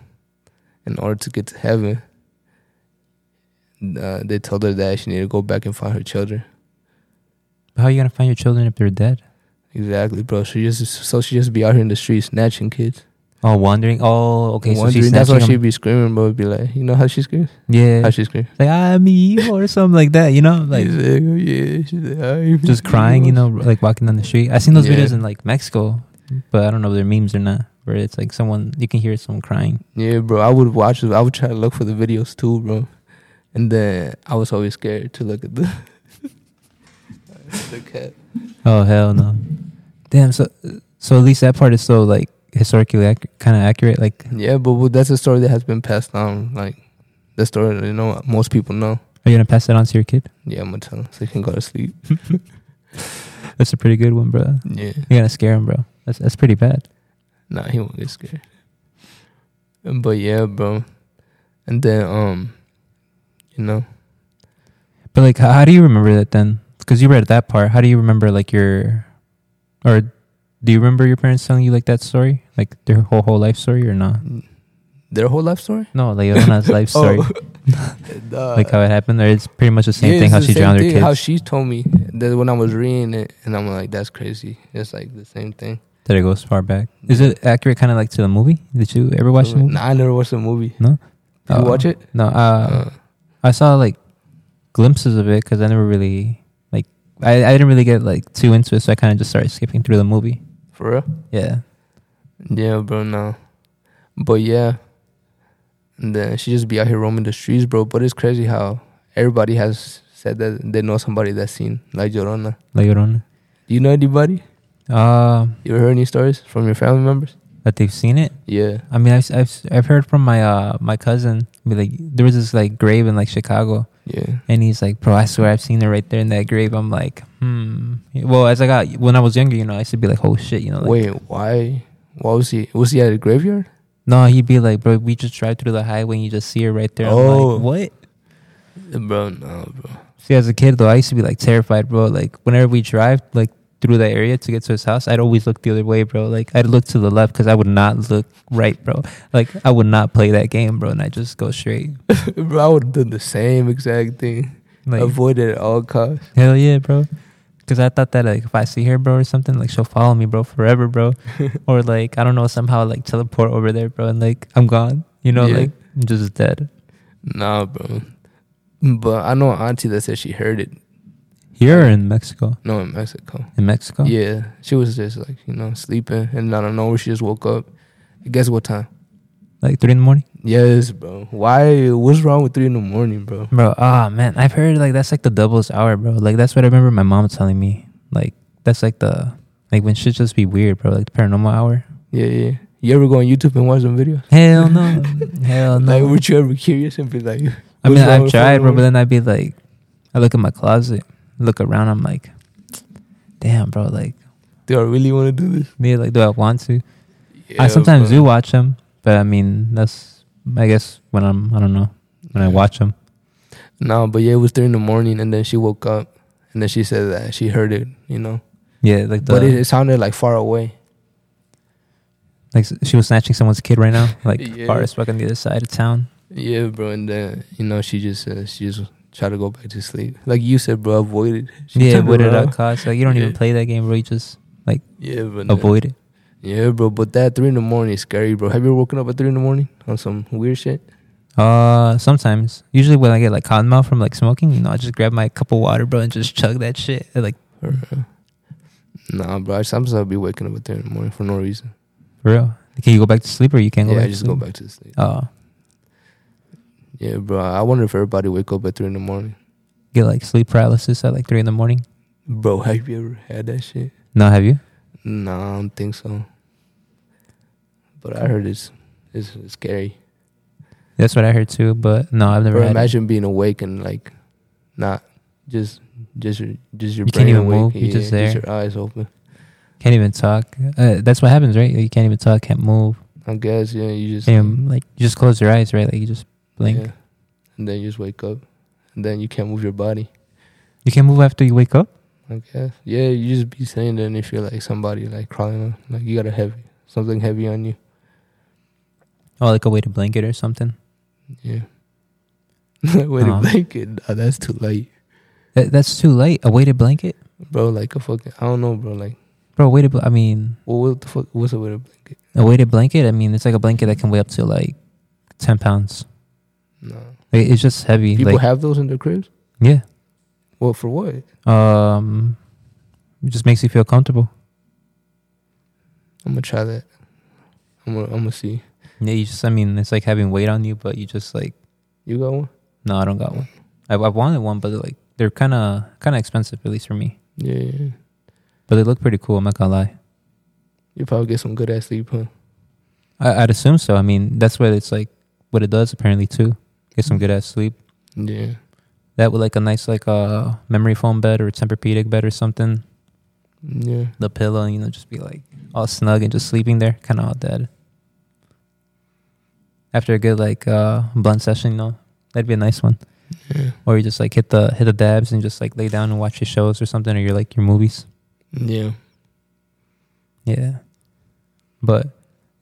S2: in order to get to heaven, uh, they told her that she needed to go back and find her children.
S1: How are you gonna find your children if they're dead?
S2: Exactly, bro. She just so she just be out here in the street snatching kids.
S1: Oh, wandering. Oh, okay. So
S2: Wondering-
S1: she's
S2: that's why
S1: snatching
S2: she
S1: them.
S2: be screaming, bro. Be like, you know how she screams? How
S1: Yeah,
S2: she screams?
S1: like I'm evil or something like that. You know, like
S2: She's like, "Oh, yeah, she's like, "I'm
S1: just crying. You know, like walking down the street. I seen those
S2: Yeah.
S1: videos in like Mexico, but I don't know if they're memes or not. Where it's like someone you can hear someone crying.
S2: Yeah, bro. I would watch it. I would try to look for the videos too, bro. And then I was always scared to look at the the cat.
S1: Oh hell no, damn. So so at least that part is so like historically ac- kind of accurate. Like
S2: Yeah, but well, that's a story that has been passed down. Like the story that you know most people know.
S1: are you gonna pass that on to your kid?
S2: Yeah, I'm gonna tell him so he can go to sleep.
S1: That's a pretty good one, bro.
S2: Yeah,
S1: You're gonna scare him, bro. That's that's pretty bad.
S2: nah, he won't get scared. But yeah, bro. And then um, you know,
S1: But like, how, how do you remember that then? Because you read that part. How do you remember like your, or do you remember your parents telling you like that story, like their whole whole life story or not?
S2: their whole life story.
S1: No, Leona's life story,
S2: Duh.
S1: like how it happened. Or it's pretty much the same
S2: Oh, Yeah,
S1: thing.
S2: it's
S1: How
S2: the
S1: she
S2: same
S1: drowned her
S2: thing,
S1: kids.
S2: How she told me that when I was reading it, and I'm like, that's crazy. It's like the same thing.
S1: that it goes far back. Is it accurate, kind of like to the movie? Did you ever watch the movie?
S2: Nah, I never watched the movie.
S1: No?
S2: Did
S1: Uh,
S2: you watch it?
S1: No, uh,
S2: Uh,
S1: I saw like glimpses of it because I never really like I, I didn't really get like too into it, so I kind of just started skipping through the movie.
S2: for real?
S1: Yeah.
S2: Yeah, bro. No, but yeah. And then she just be out here roaming the streets, bro. But it's crazy how everybody has said that they know somebody that's seen La Llorona.
S1: La Llorona.
S2: Do you know anybody?
S1: Um,
S2: You ever heard any stories from your family members?
S1: that they've seen it.
S2: Yeah.
S1: I mean, I've I've, I've heard from my uh my cousin. Be like, there was this like grave in like Chicago,
S2: Yeah.
S1: and he's like, bro, I swear I've seen it right there in that grave. I'm like, hmm. Well, as I got when I was younger, you know, I used to be like, oh shit, you know. Like,
S2: Wait, why? Why was he? Was he at a graveyard?
S1: No, he'd be like, bro, we just drive through the highway and you just see it right there.
S2: Oh.
S1: I'm like, what?
S2: Bro, no, bro.
S1: See, as a kid though, I used to be like terrified, bro. Like whenever we drive like through that area to get to his house, I'd always look the other way, bro. Like I'd look to the left because I would not look right, bro. Like I would not play that game, bro, and I just go straight.
S2: bro, I would have done the same exact thing.
S1: Like
S2: Avoid it at all costs.
S1: hell yeah, bro. Because I thought that like if I see her, bro, or something, like she'll follow me, bro, forever, bro. or like I don't know, somehow like teleport over there, bro, and like I'm gone. You know,
S2: Yeah.
S1: like I'm just dead.
S2: Nah, bro. But I know an auntie that said she heard it.
S1: You're in Mexico.
S2: No, in Mexico.
S1: In Mexico.
S2: Yeah, she was just like you know sleeping, and I don't know where she just woke up. Guess what time?
S1: Like three in the morning.
S2: Yes, bro. Why? What's wrong with three in the morning, bro?
S1: Bro, ah man, I've heard like that's like the doubles hour, bro. Like that's what I remember my mom telling me. Like that's like the like when shit just be weird, bro. Like the paranormal hour.
S2: Yeah, yeah. You ever go on YouTube and watch them videos?
S1: Hell no, hell no.
S2: Like, were you ever curious and be like,
S1: I
S2: what's
S1: mean,
S2: wrong
S1: I've
S2: with three in
S1: tried,
S2: the
S1: bro, but
S2: morning?
S1: then I'd be like, I look at my closet, look around, I'm like, damn, bro. Like,
S2: do I really want to do this?
S1: me, like, do I want to? I
S2: Yeah,
S1: sometimes
S2: bro.
S1: do watch them, but I mean, that's I guess when I'm I don't know when I
S2: Yeah.
S1: watch them.
S2: No, but yeah, it was three in the morning, and then she woke up, and then she said that she heard it. You know,
S1: Yeah, like the
S2: but it, it sounded like far away.
S1: like she was snatching someone's kid right now, like
S2: Yeah.
S1: far as fuck on the other side of town.
S2: Yeah, bro. And then you know, she just uh, she just tried to go back to sleep. Like you said, bro, avoid it. She
S1: yeah,
S2: turned
S1: what did
S2: around.
S1: that cost? Like you don't even
S2: Yeah.
S1: play that game, bro. You just
S2: Yeah, but
S1: avoid it.
S2: Yeah, bro. But that three in the morning is scary, bro. Have you ever woken up at three in the morning on some weird shit?
S1: Uh, sometimes, usually when I get like cotton mouth from like smoking, you know, I just grab my cup of water, bro, and just chug that shit. And, Like
S2: Or, uh, nah, bro. Sometimes I'll be waking up at three in the morning for no reason.
S1: for real. Can you go back to sleep Uh, or you can't go
S2: yeah,
S1: back?
S2: I
S1: to
S2: just
S1: sleep?
S2: go back to sleep.
S1: Oh,
S2: Yeah, bro. I wonder if everybody wake up at three in the morning.
S1: Get like sleep paralysis at like three in the morning.
S2: Bro, have you ever had that shit?
S1: No, have you?
S2: No, I don't think so. But I heard it's it's, it's scary.
S1: That's what I heard too. But no, I've never.
S2: Bro,
S1: had it.
S2: imagine being awake and like not just just your just your
S1: You can't
S2: brain
S1: even
S2: awake.
S1: move, you're just there.
S2: your eyes open.
S1: Can't even talk. Uh, that's what happens, right? You can't even talk. Can't move.
S2: I guess yeah. You just
S1: And, like you just close your eyes, right? Like you just blink.
S2: Mm-hmm. yeah. and then you just wake up, and then you can't move your body.
S1: You can't move after you wake up.
S2: I guess yeah. You just be saying that if you're like somebody like crawling on, like you got a heavy something heavy on you.
S1: Oh, like a weighted blanket or something.
S2: Yeah. Wait
S1: Uh-huh.
S2: a blanket. Nah, that's too light,
S1: That, that's too light. A weighted blanket,
S2: bro. Like a fucking I don't know, bro. Like
S1: bro. Weighted. Bl- I mean,
S2: well, what the fuck? What's a weight of blanket?
S1: a weighted blanket. I mean, it's like a blanket that can weigh up to like ten pounds.
S2: No.
S1: Like, it's just heavy.
S2: People
S1: like
S2: have those in their cribs.
S1: yeah.
S2: Well, for what?
S1: Um, it just makes you feel comfortable.
S2: I'm gonna try that. I'm gonna I'm gonna see.
S1: Yeah, you just. I mean, it's like having weight on you, but you just like.
S2: You got one?
S1: No, I don't got one. I, I wanted one, but they're like they're kind of kind of expensive, at least for me.
S2: Yeah, yeah. yeah.
S1: But they look pretty cool. I'm not gonna lie.
S2: You probably get some good ass sleep, huh?
S1: I, I'd assume so. I mean, that's what it's like. What it does apparently too. Get some good ass sleep.
S2: Yeah.
S1: That with like a nice like uh, memory foam bed or a Tempur-Pedic bed or something.
S2: Yeah.
S1: The pillow, you know, just be like all snug and just sleeping there, kind of all dead. After a good like uh, blunt session, you know, that'd be a nice one.
S2: Yeah.
S1: Or you just like hit the hit the dabs and just like lay down and watch your shows or something, or your like your movies.
S2: Yeah.
S1: Yeah. But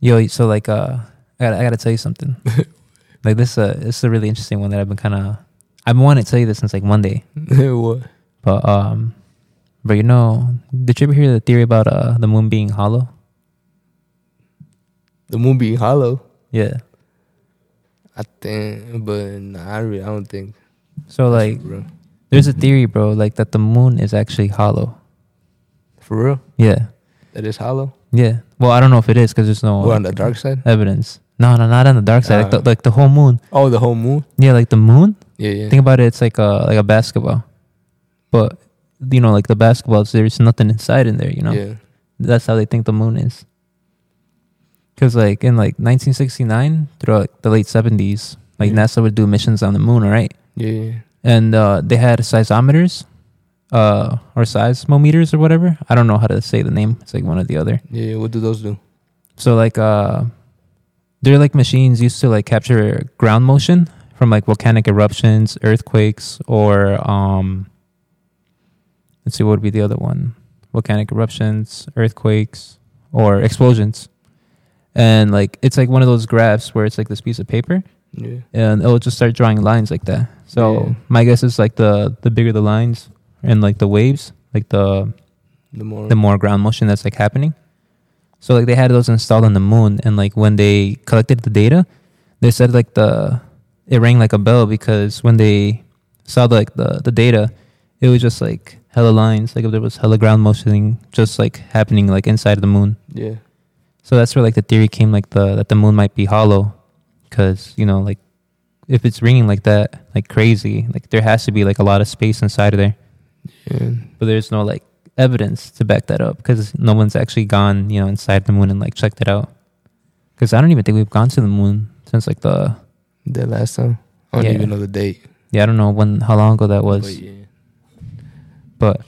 S1: yo, so like uh I gotta I gotta tell you something. like this uh this is a really interesting one that I've been kinda I've been wanting to tell you this since like Monday.
S2: what?
S1: But um but you know did you ever hear the theory about uh the moon being hollow?
S2: The moon being hollow.
S1: Yeah.
S2: I think, but nah, I really I don't think.
S1: So
S2: that's
S1: like
S2: for real.
S1: there's a theory, bro, like that the moon is actually hollow.
S2: for real,
S1: Yeah.
S2: that is hollow.
S1: Yeah. Well I don't know if it is because there's no
S2: We're on
S1: like,
S2: the dark side.
S1: evidence. No, no, not on the dark side. like, the,
S2: Uh.
S1: like the whole moon.
S2: Oh, the whole moon.
S1: Yeah, like the moon.
S2: Yeah, yeah.
S1: Think about it. It's like a like a basketball, but you know, like the basketballs, there's nothing inside in there. You know,
S2: Yeah.
S1: that's how they think the moon is. Because like in like 1969, throughout like, the late 70s, like
S2: Yeah.
S1: NASA would do missions on the moon, all right?
S2: Yeah, yeah.
S1: And uh, they had seismometers, uh, or seismometers or whatever. I don't know how to say the name. It's like one or the other.
S2: Yeah, yeah. What do those do?
S1: So like uh, they're like machines used to like capture ground motion from like volcanic eruptions, earthquakes, or um. Let's see, what would be the other one? Volcanic eruptions, earthquakes, or explosions, and like it's like one of those graphs where it's like this piece of paper,
S2: Yeah.
S1: and it'll just start drawing lines like that. So
S2: Yeah.
S1: my guess is like the the bigger the lines and like the waves, like the
S2: The more.
S1: the more ground motion that's like happening. So like they had those installed on the moon, and like when they collected the data, they said like the it rang like a bell because when they saw like the the data, it was just like hella lines, like if there was hella ground motioning just like happening like inside of the moon.
S2: yeah.
S1: So that's where like the theory came like the that the moon might be hollow, because you know like if it's ringing like that like crazy, like there has to be like a lot of space inside of there
S2: Yeah.
S1: but there's no like evidence to back that up because no one's actually gone, you know, inside the moon and like checked it out. Because I don't even think we've gone to the moon since like the
S2: That last time. I don't
S1: Yeah.
S2: even know the date.
S1: yeah I don't know when how long ago that was,
S2: But yeah.
S1: but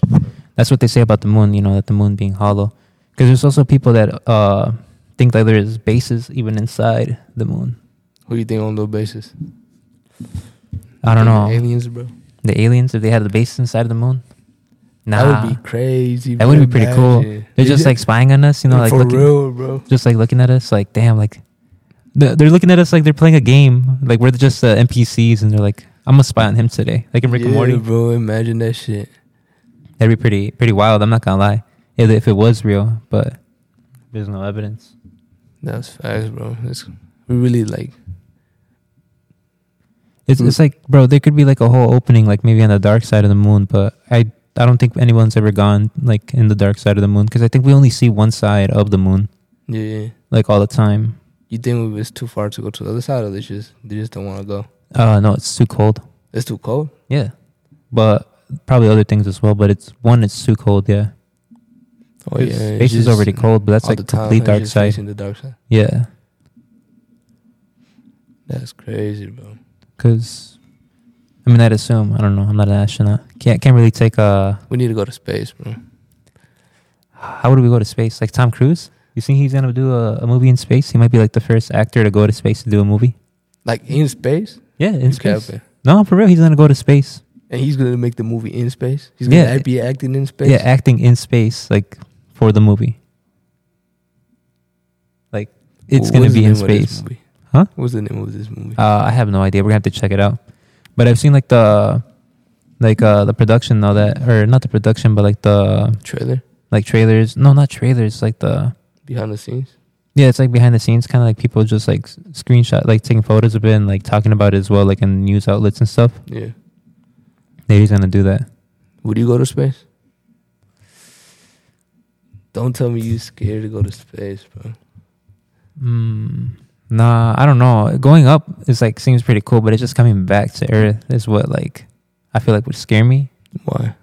S1: that's what they say about the moon, you know, that the moon being hollow. Because there's also people that uh think that there's bases even inside the moon.
S2: Who you think on those bases?
S1: I don't know
S2: Aliens, bro.
S1: the aliens if they had the bases inside of the moon. Nah,
S2: That would be crazy.
S1: That
S2: bro.
S1: would be pretty cool.
S2: Imagine.
S1: they're just like spying on us, you know, like
S2: for
S1: looking,
S2: real, bro.
S1: just like looking at us like damn like they're they're looking at us like they're playing a game like we're just uh, npcs and they're like i'm gonna spy on him today like in rick and
S2: Yeah,
S1: morty
S2: bro. Imagine that shit.
S1: that'd be pretty pretty wild i'm not gonna lie if, if it was real but there's no evidence
S2: That's facts, bro. It's, we really like.
S1: it's,
S2: Mm-hmm.
S1: it's like bro there could be like a whole opening like maybe on the dark side of the moon but i i don't think anyone's ever gone like in the dark side of the moon because i think we only see one side of the moon
S2: Yeah, yeah.
S1: like all the time
S2: You think it was too far to go to the other side, or they just they just don't want to go?
S1: Uh, no, it's too cold.
S2: It's too cold.
S1: Yeah, but probably other things as well. But it's one, it's too cold. Yeah,
S2: Oh
S1: His
S2: it's
S1: face is
S2: just
S1: already cold, but that's
S2: all
S1: like
S2: the time,
S1: complete
S2: it's
S1: dark
S2: just
S1: side.
S2: facing the dark side.
S1: Yeah,
S2: That's crazy, bro.
S1: because I mean, I'd assume. I don't know. I'm not an astronaut. Can't can't really take a.
S2: We need to go to space, bro.
S1: How would we go to space? Like Tom Cruise? You think he's gonna do a, a movie in space? He might be like the first actor to go to space to do a movie.
S2: Like in space.
S1: Yeah, in
S2: You
S1: space.
S2: capping.
S1: No, for real, he's gonna go to space.
S2: And he's gonna make the movie in space. He's gonna
S1: Yeah.
S2: be acting in space.
S1: Yeah, acting in space, like for the movie. Like it's
S2: Wh-
S1: gonna
S2: what's the
S1: be in
S2: name of this
S1: space.
S2: movie?
S1: Huh?
S2: What's the name of this movie?
S1: Uh, I have no idea. We're gonna have to check it out. But I've seen like the, like uh, the production now that, or not the production, but like the
S2: Trailer
S1: like trailers. No, not trailers. Like the
S2: behind the scenes.
S1: yeah, it's like behind the scenes, kind of like people just like s- screenshot, like taking photos of it and like talking about it as well, like in news outlets and stuff.
S2: Yeah.
S1: Maybe he's gonna do that.
S2: Would you go to space? Don't tell me you scared to go to space, bro.
S1: Mm, nah, I don't know. Going up is like seems pretty cool, but it's just coming back to Earth is what like I feel like would scare me.
S2: Why?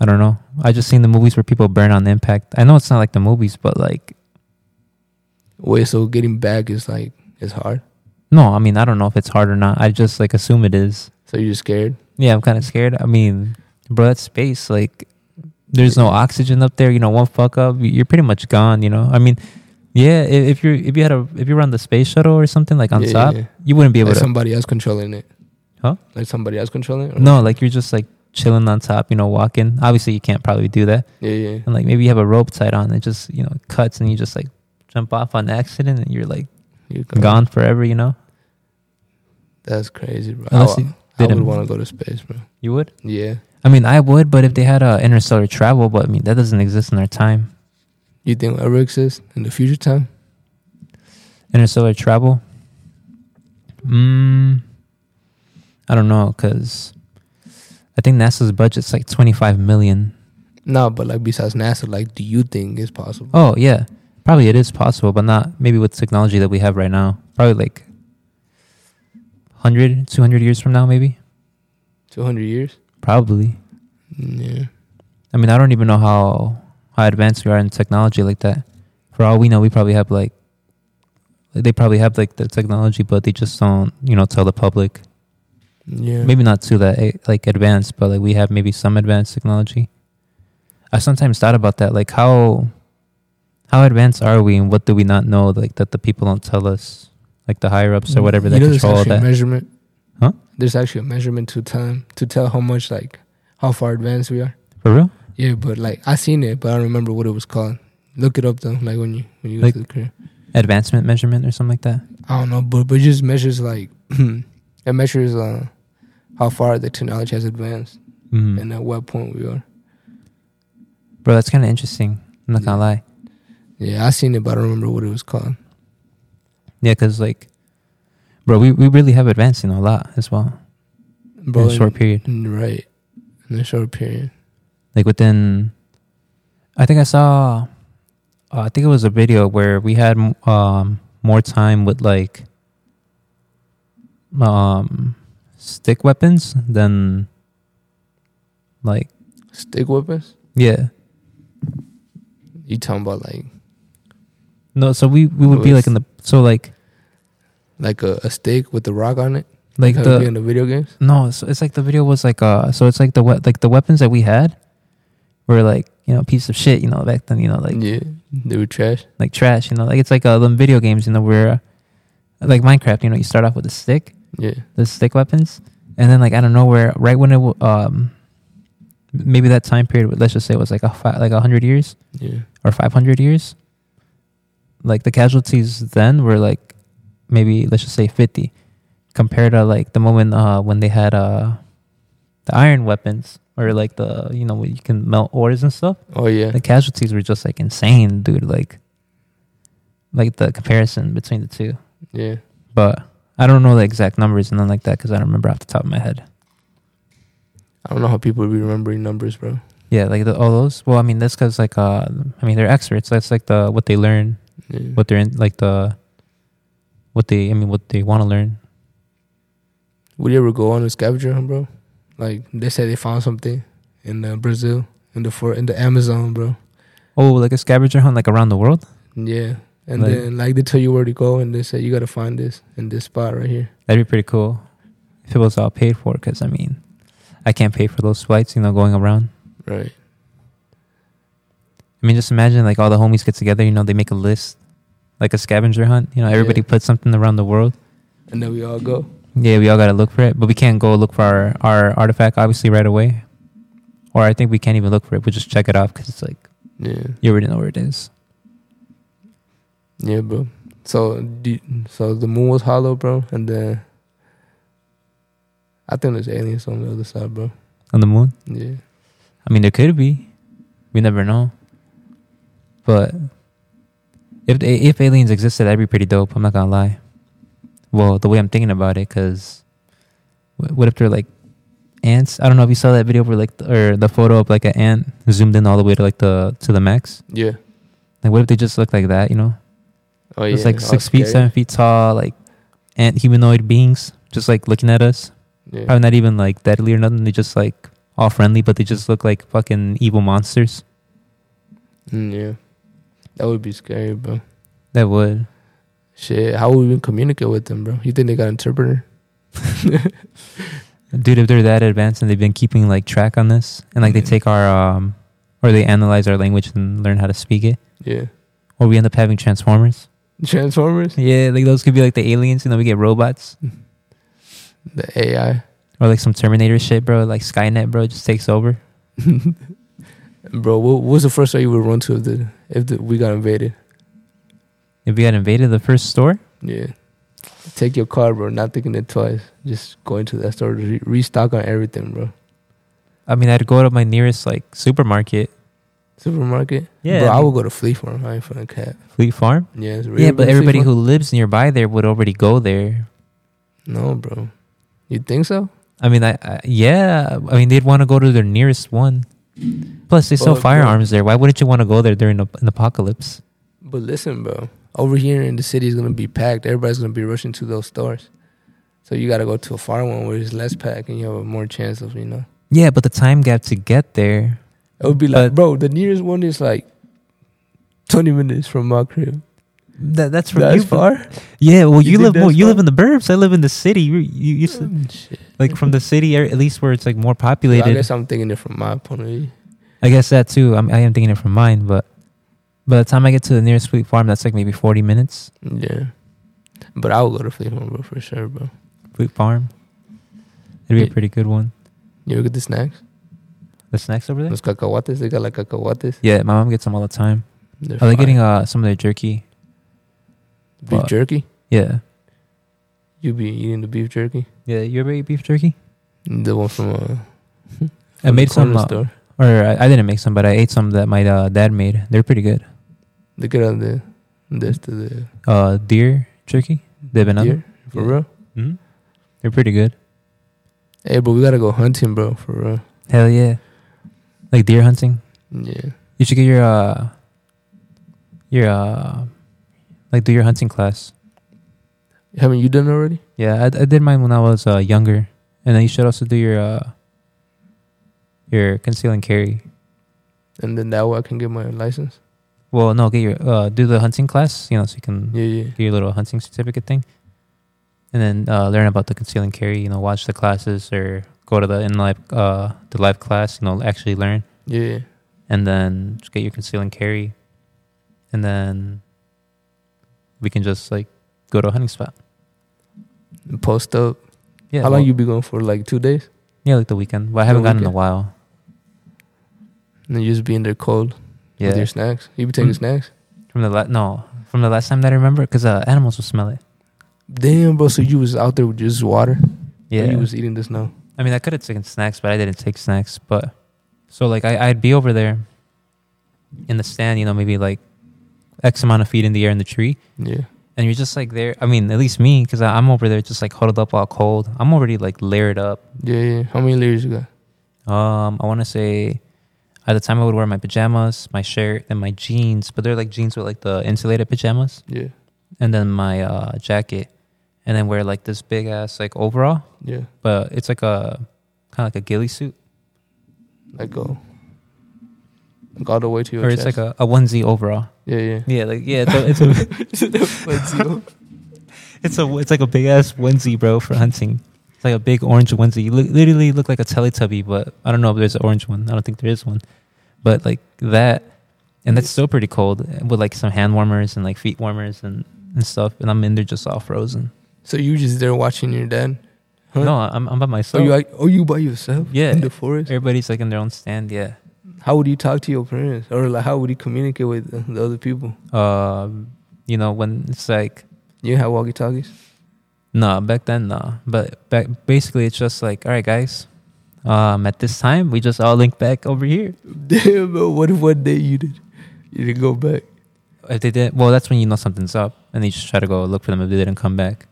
S1: I don't know. I just seen the movies where people burn on impact. I know it's not like the movies, but like
S2: Wait, so getting back is like it's hard.
S1: no, I mean I don't know if it's hard or not. I just like assume it is.
S2: So you're scared.
S1: Yeah, I'm kind of scared. I mean, bro, that's space. Like, there's no oxygen up there. You know, one fuck up, you're pretty much gone. You know, I mean, yeah, i- if you're if you had a if you were on the space shuttle or something like on
S2: Yeah,
S1: top,
S2: yeah.
S1: you wouldn't be able
S2: Like
S1: to.
S2: somebody else controlling it.
S1: Huh?
S2: Like somebody else controlling it. or-
S1: No, like you're just like chilling on top, you know, walking. Obviously, you can't probably do that.
S2: Yeah, yeah.
S1: And like maybe you have a rope tied on, it just you know cuts, and you just like jump off on accident, and you're like
S2: You're
S1: gone forever. You know,
S2: That's crazy, bro.
S1: Unless
S2: I,
S1: you
S2: I
S1: did
S2: would
S1: a-
S2: want to go to space, bro.
S1: you would.
S2: Yeah.
S1: I mean, I would, but if they had uh, interstellar travel, but I mean that doesn't exist in our time.
S2: You think it'll ever exist in the future time?
S1: Interstellar travel. Mm, I don't know, cause I think NASA's budget's like twenty five million.
S2: No, but like besides NASA, like, do you think it's possible?
S1: Oh yeah, probably it is possible, but not maybe with technology that we have right now. Probably like 100, 200 years from now, maybe.
S2: Two hundred years?
S1: Probably.
S2: Yeah.
S1: I mean, I don't even know how how advanced we are in technology like that. For all we know, we probably have like they probably have like the technology, but they just don't, you know, tell the public.
S2: Yeah.
S1: Maybe not to that eh, like advanced, but like we have maybe some advanced technology. I sometimes thought about that, like how how advanced are we, and what do we not know, like that the people don't tell us, like the higher ups or whatever
S2: Mm, You
S1: that
S2: know
S1: control all
S2: there's actually
S1: that.
S2: a measurement.
S1: Huh?
S2: There's actually a measurement to time to tell how much like how far advanced we are.
S1: For real?
S2: Yeah, but like I seen it, but I don't remember what it was called. Look it up though, like when you when you go
S1: Like-
S2: to the career.
S1: Advancement measurement or something like that.
S2: I don't know, but but it just measures like it measures uh how far the technology has advanced
S1: Mm.
S2: and at what point we are.
S1: Bro, that's kind of interesting. I'm not gonna lie.
S2: Yeah, I seen it, but I don't remember what it was called.
S1: Yeah, because like, bro, we, we really have advanced in a lot as well in
S2: Bro,
S1: a short period.
S2: in- right? In a short period.
S1: Like within, I think I saw, uh, I think it was a video where we had m- um more time with like um stick weapons than like
S2: Stick weapons?
S1: yeah
S2: You talking about like
S1: no so we we would be like in the so like
S2: like a, a stick with a rock on it?
S1: like
S2: How
S1: the
S2: it be in the video games?
S1: No, so it's like the video was like uh so it's like the we- like the weapons that we had were like, you know, piece of shit, you know, back then, you know, like
S2: yeah, they were trash.
S1: like trash, you know, like it's like uh them video games, you know, where uh, like Minecraft, you know, you start off with a stick,
S2: Yeah,
S1: the stick weapons, and then like I don't know where right when it w- um maybe that time period let's just say it was like a fi- like 100 years
S2: yeah.
S1: or 500 years like the casualties then were like maybe let's just say 50 compared to like the moment uh when they had uh the iron weapons or like the you know where you can melt ores and stuff
S2: Oh yeah,
S1: the casualties were just like insane dude like like the comparison between the two
S2: yeah.
S1: but i don't know the exact numbers and then like that because i don't remember off the top of my head
S2: I don't know how people be remembering numbers, bro.
S1: yeah like the, all those well i mean that's because like uh i mean they're experts that's like the what they learn
S2: Yeah.
S1: what they're in like the what they i mean what they want to learn
S2: Would you ever go on a scavenger hunt, bro? Like they said they found something in uh, Brazil in the for in the Amazon, bro.
S1: Oh, like a scavenger hunt, like around the world.
S2: Yeah. And
S1: Like-
S2: then like they tell you where to go and they say you gotta find this in this spot right here.
S1: That'd be pretty cool if it was all paid for. Because I mean, I can't pay for those flights, you know, going around.
S2: Right.
S1: I mean, just imagine like all the homies get together. You know, they make a list, like a scavenger hunt. You know, everybody
S2: Yeah.
S1: puts something around the world.
S2: And then we all go.
S1: Yeah, we all gotta look for it, but we can't go look for our, our artifact obviously right away. Or I think we can't even look for it. We just check it off because it's like
S2: Yeah.
S1: you already know where it is.
S2: Yeah, bro. So do so the moon was hollow, bro, and then I think there's aliens on the other side, bro.
S1: On the moon.
S2: Yeah.
S1: I mean, there could be. We never know. But if if aliens existed, that'd be pretty dope. I'm not gonna lie. Well, the way I'm thinking about it, because what if they're like ants? I don't know if you saw that video where like the, or the photo of like an ant zoomed in all the way to like the to the max.
S2: Yeah.
S1: Like, what if they just look like that? You know.
S2: Oh
S1: It's like six feet, seven feet tall, like ant humanoid beings, just like looking at us.
S2: Yeah.
S1: Probably not even like deadly or nothing. They just like all friendly, but they just look like fucking evil monsters.
S2: Mm, yeah. That would be scary, bro.
S1: That would.
S2: Shit, how would we even communicate with them, bro? You think they got an interpreter?
S1: Dude, if they're that advanced and they've been keeping like track on this and like they
S2: Mhm.
S1: take our, um, or they analyze our language and learn how to speak it,
S2: Yeah.
S1: or we end up having transformers.
S2: Transformers?
S1: Yeah, like those could be like the aliens, and then we get robots
S2: The AI.
S1: or like some Terminator shit, bro. Like Skynet, bro, just takes over.
S2: Bro, what what's the first store you would run to if the if the, we got invaded?
S1: If we got invaded the first store,
S2: Yeah. Take your car, bro. Not thinking it twice. Just going to that store to re- restock on everything, bro.
S1: I mean, I'd go to my nearest like supermarket
S2: Supermarket?
S1: Yeah,
S2: Bro,
S1: I
S2: I
S1: mean-
S2: would go to Flea Farm. I ain't for a cat.
S1: Fleet Farm?
S2: Yeah, it's
S1: yeah,
S2: really
S1: but
S2: Flea
S1: everybody
S2: Farm?
S1: who lives nearby there would already go there.
S2: No, bro. You think so?
S1: I mean, I, I yeah, I mean they'd want to go to their nearest one. Plus, they sell
S2: Well, yeah.
S1: firearms there. Why wouldn't you want to go there during a, an apocalypse?
S2: But listen, bro. Over here in the city is gonna be packed. Everybody's gonna be rushing to those stores. So you gotta go to a far one where it's less packed and you have a more chance of, you know.
S1: Yeah, but the time gap to get there.
S2: It would be
S1: But-
S2: like, bro, the nearest one is like twenty minutes from my crib.
S1: That, that's from
S2: That's
S1: you.
S2: far.
S1: Yeah, well,
S2: You
S1: you,
S2: think
S1: live well,
S2: that's
S1: you live
S2: far?
S1: in the burbs. I live in the city. You you, you s-
S2: Mm, shit.
S1: like from the city, or at least where it's like more
S2: So I
S1: populated.
S2: guess I'm thinking it from my point of view.
S1: that too. I'm, I am thinking it from mine, but by the time I get to the nearest Fleet Farm, that's like maybe forty minutes.
S2: Yeah. But I would go to Flea Farm, bro, for sure, bro.
S1: Fleet Farm. It'd be a
S2: Yeah.
S1: pretty good one.
S2: You ever get the snacks?
S1: The snacks over there.
S2: Those cacahuates, they got like cacahuates.
S1: Yeah, my mom gets them all the time.
S2: They're
S1: Are they
S2: fire.
S1: getting uh some of their jerky?
S2: beef
S1: uh,
S2: jerky?
S1: Yeah.
S2: You be eating the beef jerky?
S1: Yeah, you ever eat beef jerky?
S2: The one from uh,
S1: I
S2: from
S1: made
S2: the
S1: some,
S2: corner
S1: uh,
S2: store.
S1: or I, I didn't make some, but I ate some that my uh, dad made. They're pretty good.
S2: They get on the this to the
S1: Uh, deer jerky. They've been
S2: deer
S1: Yeah.
S2: for real.
S1: hmm They're pretty good.
S2: Hey, bro, we gotta go hunting, bro, for real.
S1: Hell yeah. Like deer hunting.
S2: Yeah,
S1: You should get your uh your uh like do your hunting class.
S2: haven't you done it already?
S1: Yeah, I, I did mine when I was uh, younger, and then you should also do your uh your conceal and carry.
S2: And then that way I can get my license.
S1: Well, no, get your uh do the hunting class. You know, so you can
S2: Yeah, yeah.
S1: do your little hunting certificate thing, and then uh, learn about the conceal and carry. You know, watch the classes or go to the in live uh, the live class. You know, actually learn,
S2: Yeah,
S1: and then just get your conceal and carry, and then we can just like go to a hunting spot.
S2: And post up.
S1: Yeah,
S2: How
S1: well,
S2: long you be going for? Like two days?
S1: Yeah, like the weekend. Well, I haven't gotten in a
S2: weekend.
S1: while.
S2: And then you just be in there cold with
S1: Yeah,
S2: your snacks. You be taking
S1: Mm.
S2: snacks?
S1: from the la- no from the last time that I remember, because uh, animals will smell it.
S2: Damn, bro. So you was out there with just water?
S1: Yeah,
S2: And you was eating the snow.
S1: I mean, I could have taken snacks, but I didn't take snacks. But so like I, I'd be over there in the stand, you know, maybe like X amount of feet in the air in the tree.
S2: Yeah.
S1: And you're just like there. I mean, at least me, because I'm over there just like huddled up all cold. I'm already like layered up.
S2: Yeah, yeah. How many layers you got?
S1: Um, I want to say at the time I would wear my pajamas, my shirt, and my jeans, but they're like jeans with like the insulated pajamas
S2: Yeah.
S1: and then my uh, jacket. and then wear like this big ass like overall,
S2: Yeah.
S1: but it's like a kind of like a ghillie suit,
S2: Like go. Like all the way to your
S1: or
S2: chest.
S1: it's like a, a onesie overall.
S2: yeah, yeah.
S1: Yeah, like yeah, it's a, it's a it's a it's like a big ass onesie, bro, for hunting. It's like a big orange onesie. You look, literally look like a Teletubby, but I don't know if there's an orange one. I don't think there is one, but like that, and that's still pretty cold with like some hand warmers and like feet warmers and and stuff. And I'm in there just all frozen.
S2: So you just there watching your dad? Huh?
S1: No, I'm I'm by
S2: So
S1: myself.
S2: oh, you like, oh you by yourself?
S1: Yeah.
S2: In the forest?
S1: Everybody's like in their own stand. Yeah.
S2: How would you talk to your parents, or like how would you communicate with the, the other people?
S1: Um, you know when it's like
S2: You have walkie talkies.
S1: Nah, back then, nah. But back, basically, it's just like, all right, guys, um, at this time, we just all link back over here.
S2: Damn, bro, what if one day you did, you didn't go back?
S1: If they did, well, that's when you know something's up, and you just try to go look for them if they didn't come back.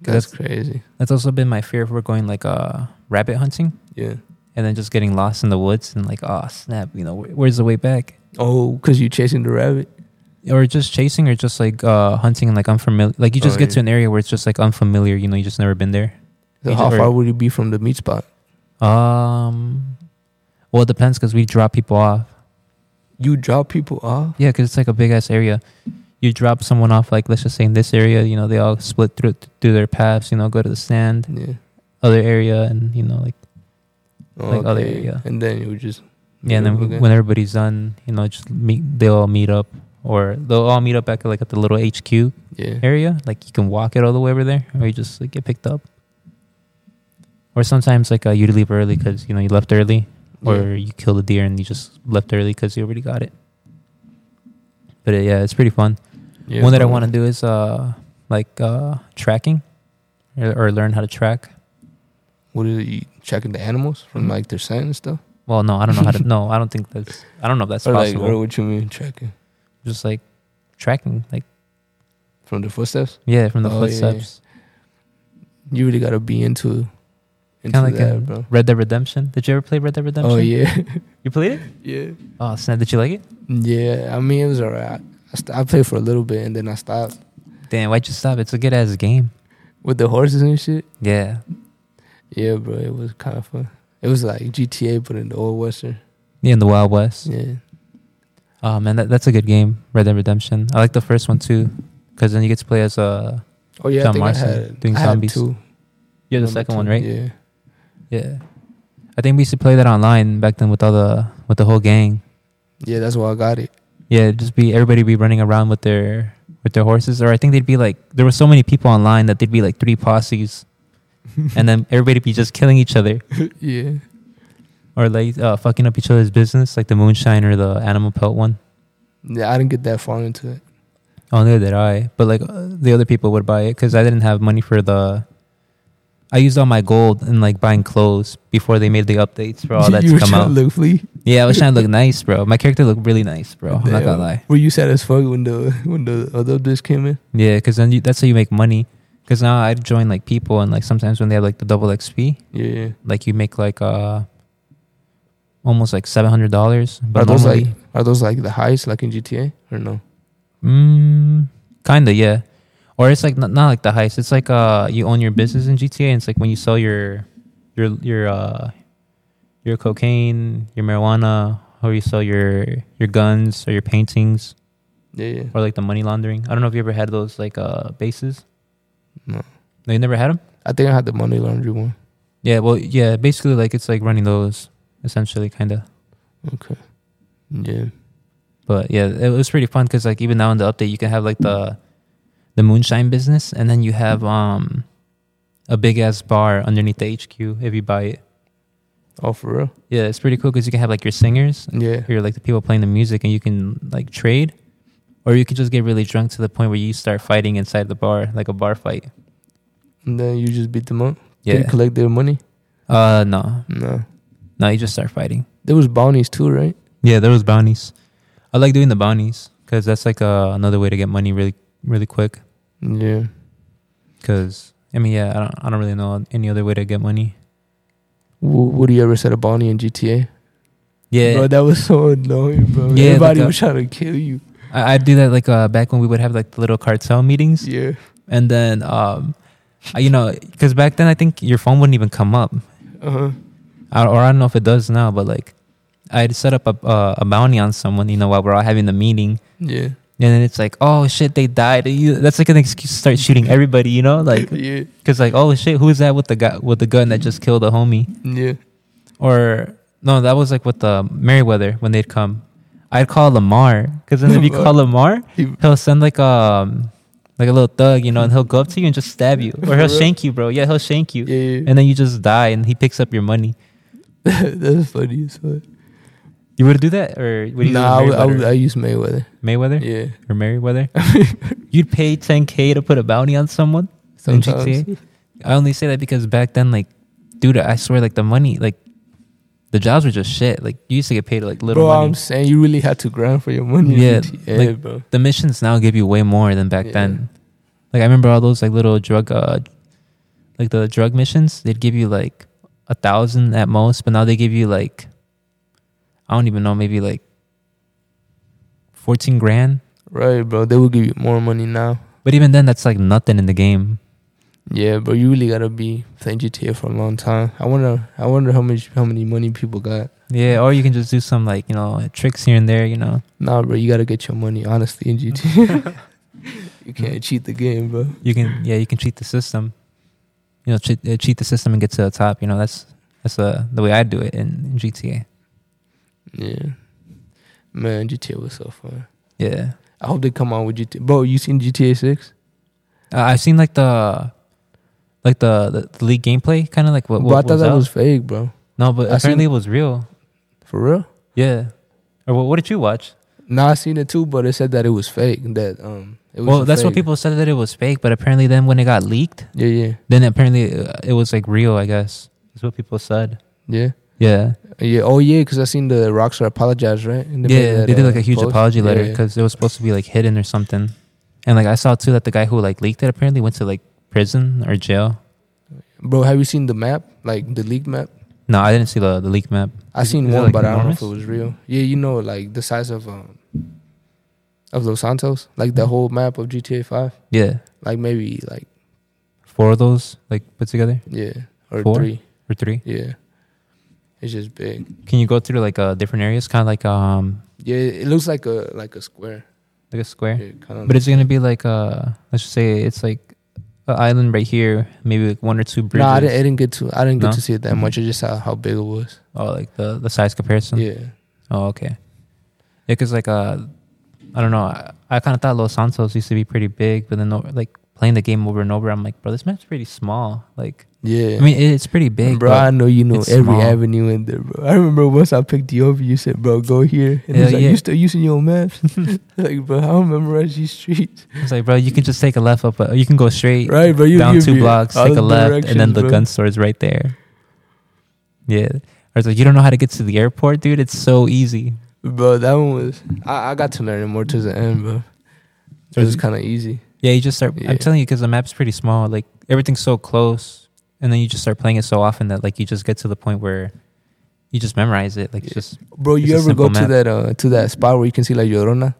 S2: That's, crazy.
S1: That's also been my fear if we're going like uh, rabbit hunting
S2: Yeah.
S1: and then just getting lost in the woods and like, oh, snap, you know, wh- where's the way back?
S2: Oh, cause you chasing the rabbit.
S1: Or just chasing or just like uh, hunting and like unfamiliar. Like, you just
S2: Oh,
S1: get
S2: yeah.
S1: to an area where it's just like unfamiliar, you know, you just never been there.
S2: So
S1: You
S2: how
S1: just-
S2: far would you be from the meat spot?
S1: Um, well, it depends because we drop people off.
S2: You drop people off.
S1: Yeah, because it's like a big ass area. You drop someone off, like let's just say in this area, you know, they all split through through their paths, you know, go to the stand,
S2: Yeah.
S1: other area, and you know, like
S2: Oh,
S1: Like other area.
S2: And then you would just.
S1: yeah. And then
S2: Okay.
S1: when everybody's done, you know, just meet. They all meet up, or they'll all meet up back at like at the little HQ
S2: Yeah.
S1: area. Like you can walk it all the way over there, or you just like get picked up. Or sometimes like uh, you leave early because you know you left early, or
S2: yeah.
S1: you kill the deer and you just left early because you already got it. But uh, yeah, it's pretty fun.
S2: Yeah,
S1: one that I
S2: probably.
S1: want to do is uh like uh tracking or, or learn how to track.
S2: What is it? You checking the animals from like their scent and stuff?
S1: Well, no, I don't know how to. No, I don't think that's. I don't know if that's
S2: or like,
S1: possible.
S2: or what you mean checking
S1: Just like tracking, like
S2: from the footsteps?
S1: yeah, from the
S2: Oh, yeah, yeah.
S1: footsteps.
S2: You really gotta be into, into
S1: Kind of like
S2: that,
S1: uh,
S2: bro.
S1: Red Dead Redemption. Did you ever play Red Dead Redemption?
S2: Oh yeah,
S1: you played it.
S2: yeah,
S1: Oh snap! Did you like it?
S2: yeah. I mean, it was alright. I, st- I played for a little bit and then I stopped
S1: Damn, why'd you stop? It's a good ass game.
S2: with the horses and shit.
S1: Yeah,
S2: Yeah, bro. It was kind of fun. It was like GTA, but in the old western.
S1: yeah, in the Wild West.
S2: Yeah,
S1: Oh man, that, that's a good game, Red Dead Redemption. I like the first one too, because then you get to play as a.
S2: Oh yeah,
S1: John
S2: I think
S1: Marston
S2: I had,
S1: doing
S2: I had
S1: zombies.
S2: two.
S1: You're the
S2: Number
S1: second
S2: two,
S1: one, right?
S2: Yeah,
S1: Yeah. I think we used to play that online back then with all the with the whole gang.
S2: yeah. That's why I got it.
S1: Yeah, it'd just be everybody be running around with their with their horses. Or I think they'd be like there were so many people online that they'd be like three posses and then everybody'd be just killing each other.
S2: yeah,
S1: Or like uh, fucking up each other's business, like the moonshine or the animal pelt one.
S2: yeah. I didn't get that far into it.
S1: Oh, neither did I. But like uh, the other people would buy it because I didn't have money for the. I used all my gold in like buying clothes before they made the updates for all that
S2: you
S1: to
S2: were
S1: come
S2: trying
S1: out.
S2: to look flea.
S1: Yeah, I was trying to look nice, bro. My character looked really nice, bro. I'm not
S2: Damn.
S1: gonna lie.
S2: Were you satisfied when the when the other disc came in?
S1: Yeah, because then you, that's how you make money. Because now I join like people, and like sometimes when they have like the double XP,
S2: Yeah, yeah.
S1: like you make like uh almost like seven hundred dollars.
S2: Are
S1: But
S2: those
S1: normally,
S2: like are those like the highest like in GTA or no?
S1: mm, kinda yeah, or it's like not, not like the heist. It's like uh you own your business in GTA, and it's like when you sell your your your uh your cocaine, your marijuana, or you sell your your guns or your paintings.
S2: Yeah, yeah.
S1: or like the money laundering. I don't know if you ever had those like uh bases.
S2: No.
S1: No, you never had them.
S2: I think I had the money laundry one.
S1: Yeah, well, yeah, basically like it's like running those essentially, kind of. Mm.
S2: Yeah,
S1: But yeah, it was pretty fun because like even now in the update, you can have like the the moonshine business, and then you have um a big ass bar underneath the HQ if you buy it.
S2: oh for real.
S1: Yeah, it's pretty cool because you can have like your singers,
S2: Yeah,
S1: or like the people playing the music, and you can like trade, or you can just get really drunk to the point where you start fighting inside the bar, like a bar fight.
S2: and then you just beat them up. Did you
S1: Yeah.
S2: collect their money?
S1: Uh, no,
S2: No,
S1: no, you just start fighting.
S2: there was bounties too, right?
S1: Yeah, there was bounties. I like doing the bounties because that's like uh, another way to get money really, really quick.
S2: Yeah,
S1: Because I mean, yeah, I don't, I don't really know any other way to get money.
S2: w- would you ever set a bounty in GTA?
S1: Yeah,
S2: bro, that was so annoying, bro.
S1: Yeah,
S2: Everybody
S1: like a-
S2: was trying to kill you.
S1: I, I'd do that like uh, back when we would have like the little cartel meetings.
S2: Yeah,
S1: And then, um, I- you know, because back then I think your phone wouldn't even come up,
S2: Uh-huh.
S1: I, or I don't know if it does now, but like I had set up a, uh, a bounty on someone, you know, while we're all having the meeting.
S2: Yeah.
S1: And then it's like, oh shit, they died. You- That's like an excuse to start shooting everybody, you know, like
S2: yeah.
S1: because like, oh shit, who's that with the guy with the gun that just killed a homie?
S2: Yeah.
S1: Or no, that was like with the Merriweather when they'd come. I'd call Lamar because then if
S2: Oh,
S1: you call Lamar,
S2: He,
S1: he'll send like um like a little thug, you know, and he'll go up to you and just stab you, or he'll
S2: For real?
S1: shank you, bro. Yeah, he'll shank you,
S2: yeah. yeah.
S1: and then you just die, and he picks up your money.
S2: That's funny as fuck.
S1: You would do that, or would you
S2: Nah, I,
S1: do
S2: would, I,
S1: Merriweather?
S2: would, I use Mayweather.
S1: Mayweather
S2: Yeah.
S1: or Merriweather? You'd pay 10k to put a bounty on someone. In
S2: Sometimes.
S1: GTA? I only say that because back then, like, dude, I swear, like the money, like the jobs were just shit. Like you used to get paid like little
S2: bro,
S1: money.
S2: I'm saying you really had to grind for your money. in
S1: Yeah,
S2: GTA,
S1: like-
S2: bro.
S1: the missions now give you way more than back
S2: Yeah.
S1: then. Like I remember all those like little drug, uh, like the drug missions. They'd give you like a thousand at most, but now they give you like I don't even know, maybe like fourteen grand.
S2: Right, bro. They will give you more money now.
S1: But even then, that's like nothing in the game.
S2: Yeah, bro. You really gotta be playing GTA for a long time. I wonder. I wonder how much how many money people got.
S1: Yeah, or you can just do some like you know tricks here and there. You know,
S2: Nah, bro. You gotta get your money honestly in GTA. you can't cheat the game, bro.
S1: you can yeah you can cheat the system. You know, cheat, uh, cheat the system and get to the top. You know, that's that's uh, the way I do it in, in GTA.
S2: Yeah. Man, GTA was so fun.
S1: Yeah.
S2: I hope they come out with GTA. Bro, you seen GTA Six?
S1: Uh, I've seen like the like the the, the league gameplay, kind of like what,
S2: Bro,
S1: what
S2: I thought
S1: was
S2: that
S1: out.
S2: was fake, bro.
S1: no, but
S2: I
S1: apparently
S2: seen-
S1: it was real.
S2: For real?
S1: Yeah. Or what, what did you watch?
S2: Nah, I seen it too, but they said that it was fake. That um, it was
S1: Well, that's what
S2: fake.
S1: people said that it was fake, but apparently then when it got leaked,
S2: Yeah, yeah,
S1: then apparently uh, it was like real. I guess that's what people said.
S2: yeah,
S1: Yeah,
S2: yeah. Oh yeah, because I seen the Rockstar apologize, right? And
S1: yeah.
S2: made that,
S1: they did
S2: uh,
S1: like a huge
S2: post.
S1: apology
S2: Yeah,
S1: letter
S2: yeah.
S1: because it was supposed to be like hidden or something. And like I saw too that the guy who like leaked it apparently went to like prison or jail.
S2: Bro, have you seen the map? Like the leaked map?
S1: No, I didn't see the the leak map.
S2: I
S1: Is it-
S2: seen
S1: is it,
S2: one,
S1: like,
S2: but I don't know if it
S1: enormous?
S2: was real. Yeah, you know, like the size of um of Los Santos, like the whole map of GTA Five,
S1: Yeah,
S2: like maybe like
S1: four of those like put together
S2: yeah or
S1: Four?
S2: three.
S1: or three.
S2: Yeah, it's just big.
S1: Can you go through like uh, different areas, kind of like um
S2: Yeah, it looks like a like a square.
S1: like a square?
S2: Yeah, kinda
S1: But it's gonna be like uh let's just say it's like an island right here, maybe like one or two bridges.
S2: No, I didn't, I didn't get to. I didn't get
S1: No? Mm-hmm.
S2: to see it that much. I just saw how big it was.
S1: oh, like the the size comparison.
S2: Yeah,
S1: Oh, okay. Yeah, because like uh I don't know, I, I kind of thought Los Santos used to be pretty big, but then o- like playing the game over and over, I'm like, bro, this map's pretty small. Like
S2: yeah.
S1: I mean, it, it's pretty big,
S2: bro, I
S1: but-
S2: know you know
S1: it's
S2: every
S1: small.
S2: avenue in there, bro. I remember once I picked you up, you said, "Bro, go here," and
S1: Hell
S2: he's like,
S1: yeah.
S2: "You still using your maps?" like, bro, I don't memorize these streets,
S1: it's like, bro, you can just take a left up, uh, you can go straight
S2: right? Bro, you
S1: down
S2: you
S1: two
S2: be
S1: blocks,
S2: all
S1: take a left, and then
S2: directions,
S1: the
S2: bro.
S1: gun store is right there. Yeah. Or it's like, you don't know how to get to the airport, dude? It's so easy.
S2: Bro, that one was. I, I got to learn it more towards the end, bro. It was kind of easy.
S1: Yeah, you just start.
S2: Yeah.
S1: I'm telling you, because the map's pretty small. Like, everything's so close. And then you just start playing it so often that, like, you just get to the point where you just memorize it. Like, it's
S2: Yeah.
S1: just,
S2: Bro,
S1: It's
S2: you
S1: a
S2: ever go
S1: simple
S2: to
S1: map.
S2: that uh, to that spot where you can see La Llorona?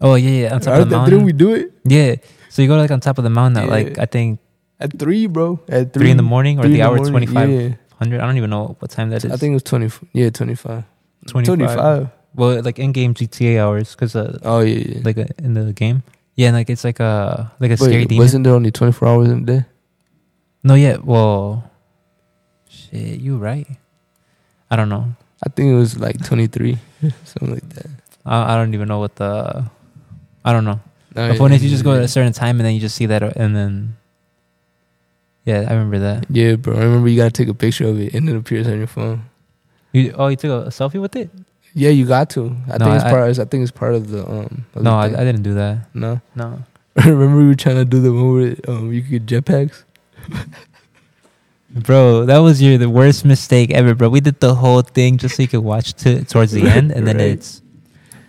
S1: oh, yeah, yeah, on top of the
S2: At three,
S1: mountain.
S2: we do it
S1: yeah. So you go, like, on top of the mountain at,
S2: Yeah.
S1: like, I think
S2: at three, bro. At three,
S1: three, in the morning or
S2: three
S1: the
S2: in
S1: hour
S2: morning,
S1: 2500.
S2: yeah.
S1: I don't even know what time that is.
S2: I think it was 20. Yeah, 25.
S1: 25.
S2: 25.
S1: Well, like, in game GTA hours, because uh,
S2: Oh, yeah, yeah.
S1: like uh, in the game. Yeah, and like it's like a like a
S2: Wait,
S1: scary demon.
S2: wasn't there only 24 hours in a day?
S1: no, yeah. Well, shit, you right. I don't know.
S2: I think it was like 23, something like that.
S1: I, I don't even know what the. I don't know.
S2: No,
S1: the
S2: yeah,
S1: point is, you just go
S2: yeah.
S1: at a certain time and then you just see that, uh, and then. Yeah, I remember that.
S2: Yeah, bro. I remember you gotta take a picture of it, and it appears on your phone.
S1: You oh, you took a, a selfie with it?
S2: Yeah, you got to. I
S1: No,
S2: think it's
S1: I-
S2: part. Of, I think it's part of the um. Of
S1: No,
S2: the
S1: I,
S2: thing.
S1: I didn't do that.
S2: no.
S1: No.
S2: remember we were trying to do the one where um you could get jetpacks.
S1: Bro, that was your the worst mistake ever, bro. We did the whole thing just so you could watch to, towards the end, and then
S2: Right.
S1: it's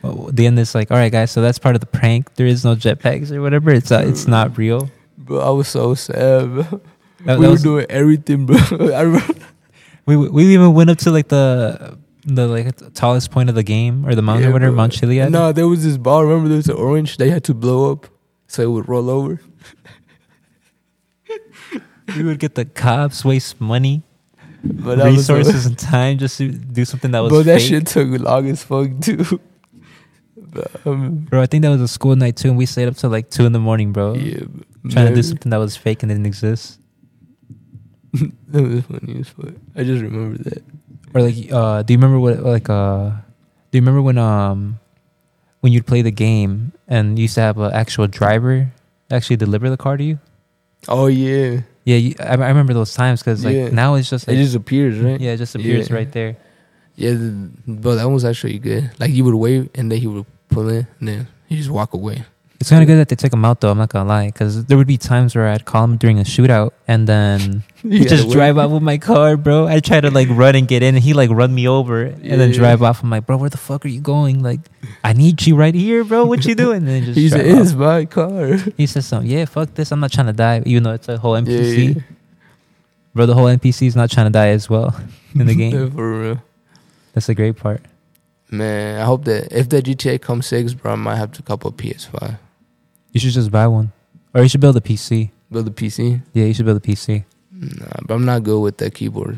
S1: well, the end is like, all right, guys, so that's part of the prank. There is no jetpacks or whatever. It's uh, it's not real.
S2: Bro, I was so sad. Bro.
S1: That-
S2: we
S1: that
S2: were
S1: was-
S2: doing everything, bro. I remember.
S1: we we even went up to like the the like t- tallest point of the game or the mountain
S2: Yeah,
S1: or whatever,
S2: bro.
S1: Mount Chiliad.
S2: No, there was this ball. Remember, there was an orange they had to blow up, so it would roll over.
S1: we would get the cops, waste money,
S2: But that was a-
S1: resources, and time just to do something that was
S2: bro, that
S1: fake.
S2: shit took long as fuck too. But, um,
S1: Bro, I think that was a school night too, and we stayed up till like two in the morning, bro.
S2: yeah,
S1: Trying to do
S2: maybe.
S1: something that was fake and didn't exist.
S2: that was funny as fuck. I just remember that.
S1: Or like, uh, do you remember what like uh, do you remember when um, when you'd play the game and you used to have an actual driver actually deliver the car to you?
S2: Oh yeah,
S1: Yeah, you, I, I remember those times because like
S2: Yeah.
S1: now it's just
S2: it
S1: like
S2: just appears, right?
S1: yeah, it just appears
S2: Yeah.
S1: right there.
S2: Yeah, the, bro, that one was actually good. Like you would wave and then he would pull in, and then he just walk away.
S1: It's kind of good that they took him out though. I'm not gonna lie, because there would be times where I'd call him during a shootout and then
S2: You
S1: just
S2: gotta wait.
S1: drive out with my car, bro. I try to like run and get in, and he like run me over and then
S2: Yeah.
S1: drive off. I'm like, bro, where the fuck are you going? Like, I need you right here, bro. What you doing? And then just
S2: He said,
S1: drive
S2: "It's
S1: off.
S2: my car."
S1: He says something. Yeah, fuck this. I'm not trying to die. You know, it's a whole
S2: Yeah,
S1: NPC,
S2: yeah,
S1: bro. The whole NPC is not trying to die as well in the
S2: yeah,
S1: game.
S2: for real.
S1: That's the great part.
S2: Man, I hope that if that GTA comes six, bro, I might have to cop a PS5.
S1: You should just buy one, or you should build a PC.
S2: Build a PC.
S1: Yeah, you should build a PC.
S2: Nah, but I'm not good with that keyboard.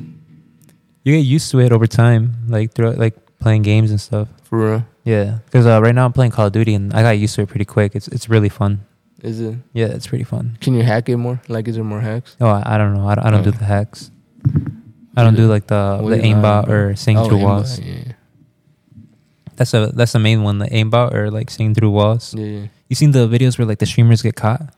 S1: You get used to it over time, like throughout, like playing games and stuff.
S2: For real,
S1: Yeah, because uh, right now I'm playing Call of Duty and I got used to it pretty quick. It's it's really fun.
S2: is it?
S1: Yeah, it's pretty fun.
S2: Can you hack it more? Like, is there more hacks?
S1: Oh, I, I don't know. I don't, I don't do
S2: Oh.
S1: the hacks. I don't do like the
S2: What
S1: the
S2: is that?
S1: aimbot or sing
S2: Oh,
S1: through
S2: aimbot,
S1: walls.
S2: Yeah,
S1: That's a that's the main one. The aimbot or like sing through walls.
S2: yeah. yeah.
S1: You seen the videos where like the streamers get caught?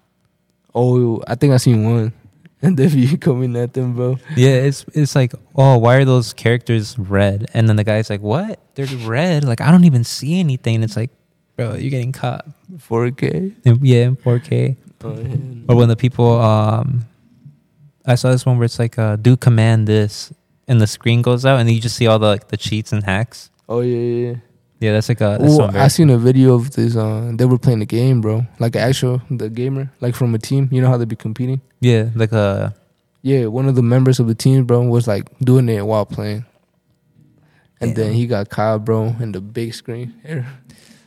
S2: Oh, I think I seen one. And then you coming at them, bro.
S1: Yeah, it's it's like oh, why are those characters red? And then the guy's like, what? They're red. Like I don't even see anything. It's like, bro, you're getting caught.
S2: 4K.
S1: And, yeah, in 4K.
S2: Oh, yeah.
S1: or when the people um i saw this one where it's like uh do command this and the screen goes out and you just see all the like the cheats and hacks
S2: Oh yeah, yeah. yeah.
S1: yeah that's like uh, a that's
S2: Oh,
S1: not very-
S2: I seen a video of this. Uh, they were playing the game, bro. Like an actual the gamer, like from a team. You know how they be competing.
S1: yeah like uh, a
S2: Yeah, one of the members of the team, bro, was like doing it while playing. And then
S1: Damn.
S2: he got caught, bro, in the big screen.
S1: yeah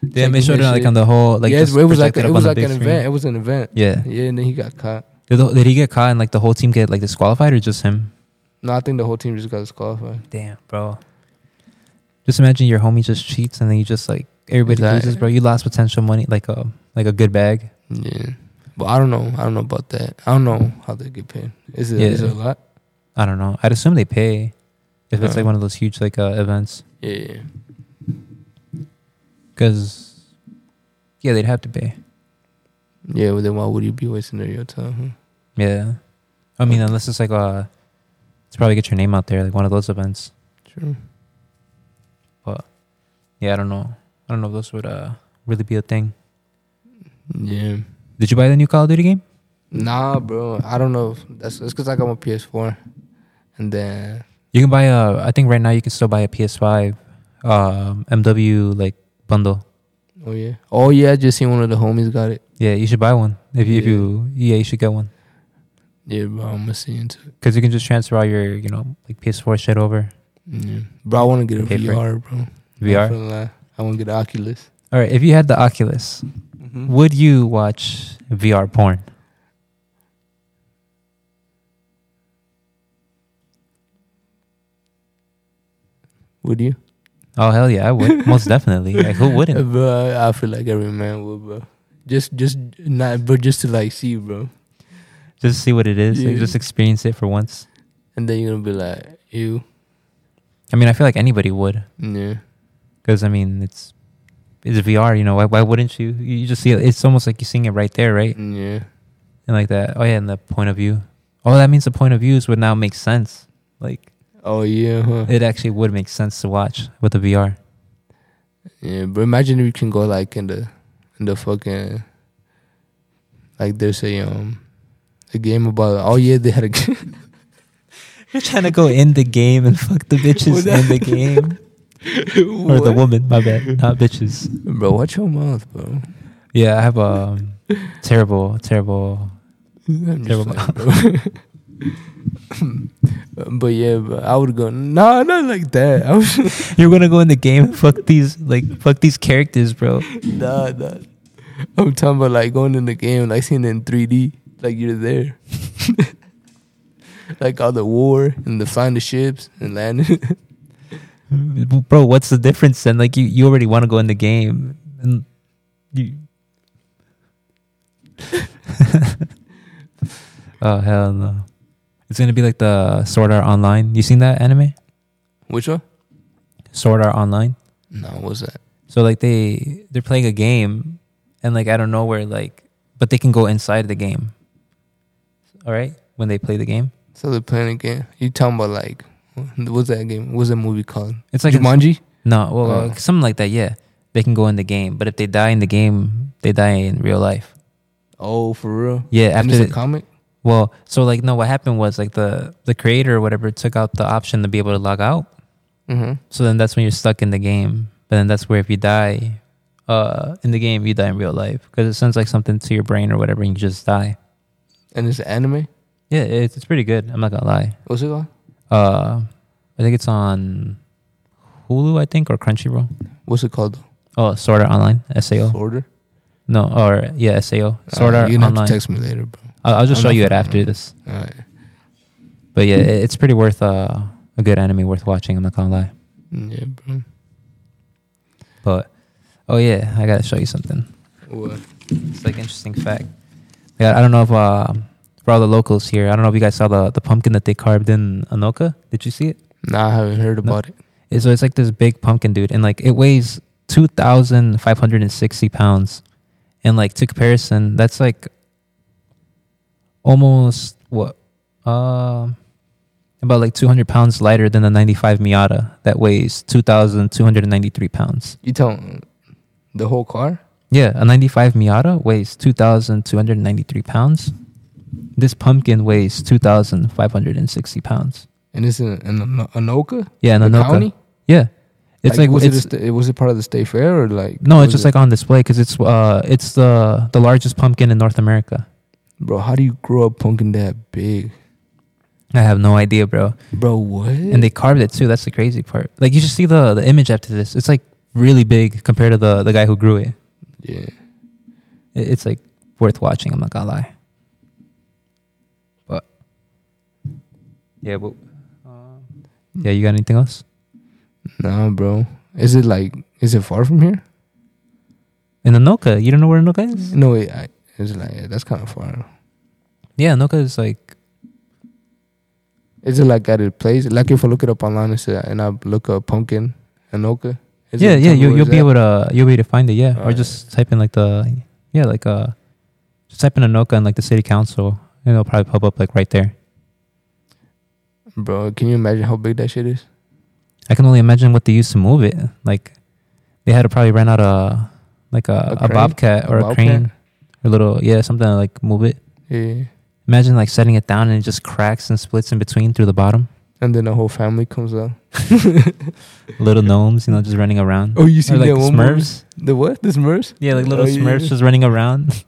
S2: Checking
S1: make sure
S2: that
S1: they're not, like
S2: shit.
S1: on the whole like
S2: yeah,
S1: just
S2: it was like
S1: projected up
S2: it was
S1: on
S2: like
S1: the
S2: an
S1: big
S2: event. It was an event.
S1: screen. yeah
S2: Yeah, and then he got caught.
S1: did, the- did he get caught and like the whole team get like disqualified or just him
S2: No, I think the whole team just got disqualified.
S1: damn bro just imagine your homie just cheats and then you just like everybody
S2: Exactly.
S1: loses bro you lost potential money like a like a good bag
S2: Yeah, but I don't know. I don't know about that. I don't know how they get paid. Is it
S1: Yeah.
S2: is it a lot?
S1: i don't know i'd assume they pay if it's
S2: Yeah.
S1: like one of those huge like uh, events
S2: Yeah,
S1: Because, yeah, they'd have to pay.
S2: yeah. Well, then why would you be wasting your time? Huh?
S1: Yeah. I mean, unless it's like uh it's probably get your name out there, like one of those events.
S2: True.
S1: Yeah, I don't know. I don't know if those would uh really be a thing.
S2: Yeah.
S1: Did you buy the new Call of Duty game?
S2: Nah, bro. I don't know. If that's it's because I got my PS4, and then
S1: You can buy a. I think right now you can still buy a PS5, um, MW like bundle.
S2: oh yeah, oh yeah. I just seen one of the homies got it.
S1: Yeah, you should buy one if you if
S2: Yeah.
S1: you yeah you should get one
S2: Yeah, bro. I'm gonna see into it.
S1: because you can just transfer all your you know like PS4 shit over
S2: Yeah. Bro, I want to get a
S1: Pay for it.
S2: VR, bro. Not
S1: VR.
S2: gonna lie. I want to get an Oculus.
S1: All right, if you had the Oculus, would you watch VR porn?
S2: Would you?
S1: Oh hell yeah, I would most definitely. Like who wouldn't?
S2: Uh, bro, I- I feel like every man would, bro. Just, just not, but just to like see, bro.
S1: just see what it is like
S2: Yeah.
S1: just experience it for once
S2: And then you're gonna be like, ew.
S1: i mean i feel like anybody would
S2: Yeah.
S1: because i mean it's it's vr you know why, why wouldn't you you just see it it's almost like you're seeing it right there right
S2: Yeah.
S1: and like that oh yeah and the point of view oh that means the point of views would now make sense like
S2: Oh yeah. Huh?
S1: it actually would make sense to watch with the vr
S2: Yeah, but imagine if you can go like in the in the fucking like there's a um a game about oh yeah they had a game
S1: you're trying to go in the game and fuck the bitches in the game or the woman my bad not bitches
S2: bro watch your mouth bro
S1: yeah i have um terrible terrible
S2: I'm
S1: Never
S2: just like, bro. but yeah but I would go no not like that I was
S1: you're gonna go in the game and fuck these like fuck these characters bro
S2: nah nah I'm talking about like going in the game like seeing it in 3D like you're there like all the war and the flying the ships and landing.
S1: bro. What's the difference then? Like you, you already want to go in the game, and you. oh hell no! It's gonna be like the Sword Art Online. You seen that anime?
S2: Which one?
S1: Sword Art Online.
S2: No, what's that?
S1: So like they they're playing a game, and like I don't know where like, but they can go inside the game. All right, when they play the game,
S2: So they're playing a game. You talking about like what's that game? What's that movie called?
S1: it's like a,
S2: Jumanji.
S1: no, well,
S2: Oh.
S1: uh, something like that. Yeah, they can go in the game, but if they die in the game, they die in real life.
S2: Oh, for real?
S1: Yeah, after
S2: And it's a
S1: the-
S2: comic.
S1: well, so like no, what happened was like the the creator or whatever took out the option to be able to log out.
S2: Mm-hmm.
S1: So then that's when you're stuck in the game. But then that's where if you die, uh, in the game you die in real life because it sends like something to your brain or whatever, and you just die.
S2: And it's an anime.
S1: Yeah, it's, it's pretty good. I'm not gonna lie.
S2: What's it called?
S1: Uh, I think it's on Hulu, I think, or Crunchyroll.
S2: What's it called? though?
S1: Oh, Sword Art Online, SAO.
S2: Order.
S1: No, or yeah, SAO. Sword Art
S2: Uh, you gonna have
S1: Online.
S2: to text me later, bro.
S1: I'll, I'll just
S2: I'm
S1: show
S2: not
S1: you it
S2: fucking
S1: after
S2: around.
S1: this.
S2: All right.
S1: But yeah, it, it's pretty worth uh, a good anime worth watching. I'm not gonna lie.
S2: Yeah, bro.
S1: But oh yeah, I gotta show you something.
S2: What?
S1: It's like interesting fact. Yeah, I don't know if uh, for all the locals here, I don't know if you guys saw the the pumpkin that they carved in Anoka. Did you see it?
S2: Nah, I haven't heard
S1: No.
S2: about it.
S1: It- So it's like this big pumpkin dude, and like it weighs two thousand five hundred and sixty pounds, and like to comparison, that's like almost what, um, about like two hundred pounds lighter than the ninety five Miata that weighs two thousand two hundred and ninety three pounds.
S2: You telling the whole car?
S1: Yeah, a ninety five Miata weighs two thousand two hundred and ninety three pounds. This pumpkin weighs two thousand five hundred and sixty pounds.
S2: And it's in, in Ano- Anoka?
S1: Yeah, and
S2: the
S1: Anoka.
S2: county?
S1: Yeah, it's like,
S2: was,
S1: it's,
S2: it a sta- was it part of the state fair or like?
S1: No,
S2: what
S1: it's
S2: was
S1: just
S2: it?
S1: like on display because it's uh it's the the largest pumpkin in North America.
S2: Bro, how do you grow a pumpkin that big?
S1: I have no idea, bro.
S2: Bro, what?
S1: And they carved it too. That's the crazy part. Like you just see the the image after this. It's like really big compared to the the guy who grew it.
S2: yeah.
S1: It- It's like worth watching. I'm not gonna lie. But yeah, but uh, yeah, you got anything else
S2: Nah, bro. Is it like? Is it far from here?
S1: in Anoka? You don't know where Anoka is?
S2: No, wait. I, it's like yeah, that's kind of far.
S1: Yeah, Anoka is like
S2: Is it like at a place? Like if I look it up online and, say, and I look up pumpkin Anoka. Is
S1: yeah,
S2: it
S1: yeah.
S2: tell me
S1: You
S2: where
S1: you'll
S2: it's
S1: be
S2: at?
S1: able to you'll be able to find it. Yeah, or
S2: Alright.
S1: just type in like the yeah like uh just type in Anoka and like the city council and it'll probably pop up like right there.
S2: Bro, can you imagine how big that shit is?
S1: I can only imagine what they used to move it. Like they had to probably rent out a like a,
S2: A
S1: a,
S2: crane?
S1: bobcat or a,
S2: bobcat?
S1: crane or little yeah something to like move it.
S2: Yeah.
S1: Imagine like setting it down and it just cracks and splits in between through the bottom.
S2: And then the whole family comes out.
S1: Little gnomes, you know, just running around.
S2: Oh, you see
S1: Or like
S2: that one movie?
S1: Smurfs.
S2: The what? The Smurfs?
S1: Yeah, like little
S2: Oh, yeah.
S1: Smurfs just running around.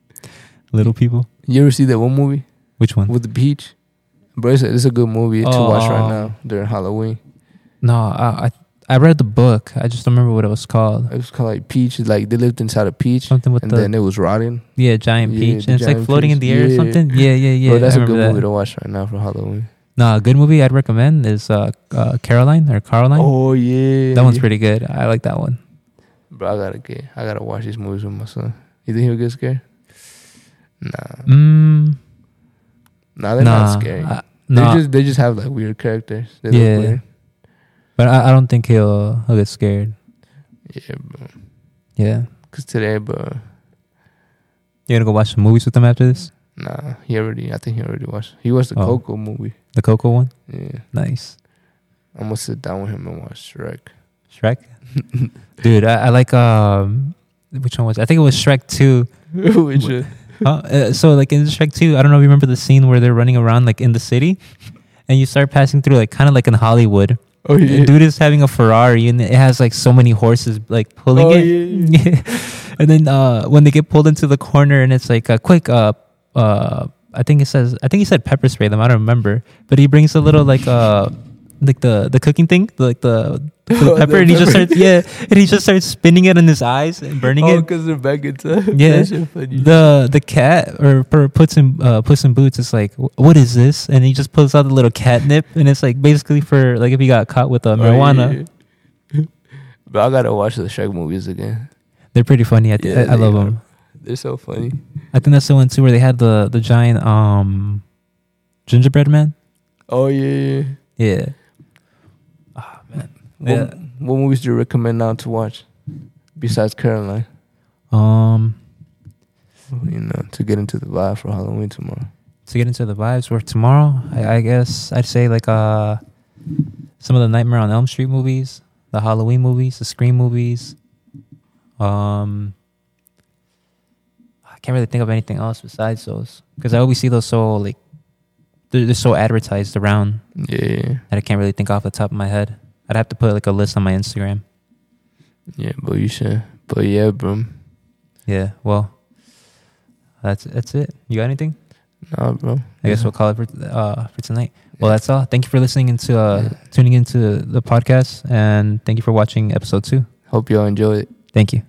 S1: little people.
S2: You ever see that one movie
S1: Which one?
S2: with the beach? Bro, it's a, it's a good movie to watch right
S1: Oh.
S2: now during Halloween.
S1: No, I, I I read the book. I just don't remember what it was called.
S2: It was called like Peach. Like they lived inside a peach,
S1: Something with
S2: and
S1: the
S2: then it was rotting.
S1: yeah giant
S2: yeah,
S1: peach,
S2: the
S1: and it's like
S2: giant
S1: floating in the
S2: peach.
S1: air or
S2: Yeah.
S1: something. Yeah, yeah, yeah.
S2: Bro, that's
S1: I
S2: a good
S1: remember
S2: movie
S1: that.
S2: to watch right now for Halloween.
S1: No, a good movie I'd recommend is uh, uh Caroline or Caroline.
S2: Oh yeah,
S1: that one's pretty good. I like that one.
S2: Bro, I gotta get. I gotta watch these movies with my son. You think he'll get scared? Nah,
S1: Mm,
S2: nah, they're
S1: nah,
S2: not scary.
S1: I-
S2: They
S1: nah,
S2: just they just have like weird characters. They
S1: Yeah.
S2: look weird.
S1: but I, I don't think he'll he'll get scared.
S2: yeah, bro.
S1: Yeah,
S2: Cause today, bro,
S1: you're gonna go watch some movies with him after this.
S2: nah, he already. I think he already watched. He watched the
S1: Oh.
S2: Coco movie.
S1: The Coco one,
S2: Yeah,
S1: nice.
S2: I'm gonna sit down with him and watch Shrek.
S1: Shrek, dude, I, I like um, which one was? it? I think it was Shrek two.
S2: Which, uh,
S1: Huh? Uh, so like in Shrek 2, I don't know if you remember the scene where they're running around like in the city and you start passing through like kind of like in Hollywood.
S2: oh yeah,
S1: The Dude is having a Ferrari and it has like so many horses like pulling
S2: Oh,
S1: it.
S2: yeah,
S1: and then uh when they get pulled into the corner and it's like a quick uh uh I think it says I think he said pepper spray them, I don't remember. But he brings a little like uh like the the cooking thing, like the the
S2: Oh,
S1: pepper,
S2: the
S1: and he just
S2: pepper.
S1: starts yeah, and he just starts spinning it in his eyes and burning
S2: Oh,
S1: it.
S2: because Rebecca took.
S1: Yeah.
S2: That shit funny.
S1: The the cat or, or puts in uh, puss in boots. It's like "Wh- what is this? And he just pulls out the little catnip, and it's like basically for like if he got caught with uh,
S2: Oh,
S1: marijuana.
S2: yeah, yeah. But I gotta watch the Shrek movies again.
S1: They're pretty funny. I, th-
S2: Yeah,
S1: I, I
S2: they
S1: love
S2: are.
S1: them.
S2: They're so funny.
S1: I think that's the one too where they had the the giant um gingerbread man.
S2: Oh yeah. yeah.
S1: Yeah. Ah, man.
S2: What,
S1: Yeah.
S2: what movies do you recommend now to watch besides Caroline?
S1: Um,
S2: You know, to get into the vibe for Halloween tomorrow.
S1: to get into the vibes for tomorrow, I, I guess I'd say like uh some of the Nightmare on Elm Street movies, the Halloween movies, the Scream movies. Um, I can't really think of anything else besides those because I always see those so like they're, they're so advertised around
S2: Yeah,
S1: that I can't really think off the top of my head. I'd have to put like a list on my Instagram.
S2: yeah, but you should. But yeah, bro.
S1: Yeah. Well, that's that's it. You got anything?
S2: Nah, bro.
S1: I guess we'll call it for uh, for tonight. Well, that's all. Thank you for listening into uh, tuning into the podcast, and thank you for watching episode two.
S2: Hope y'all enjoy it.
S1: Thank you.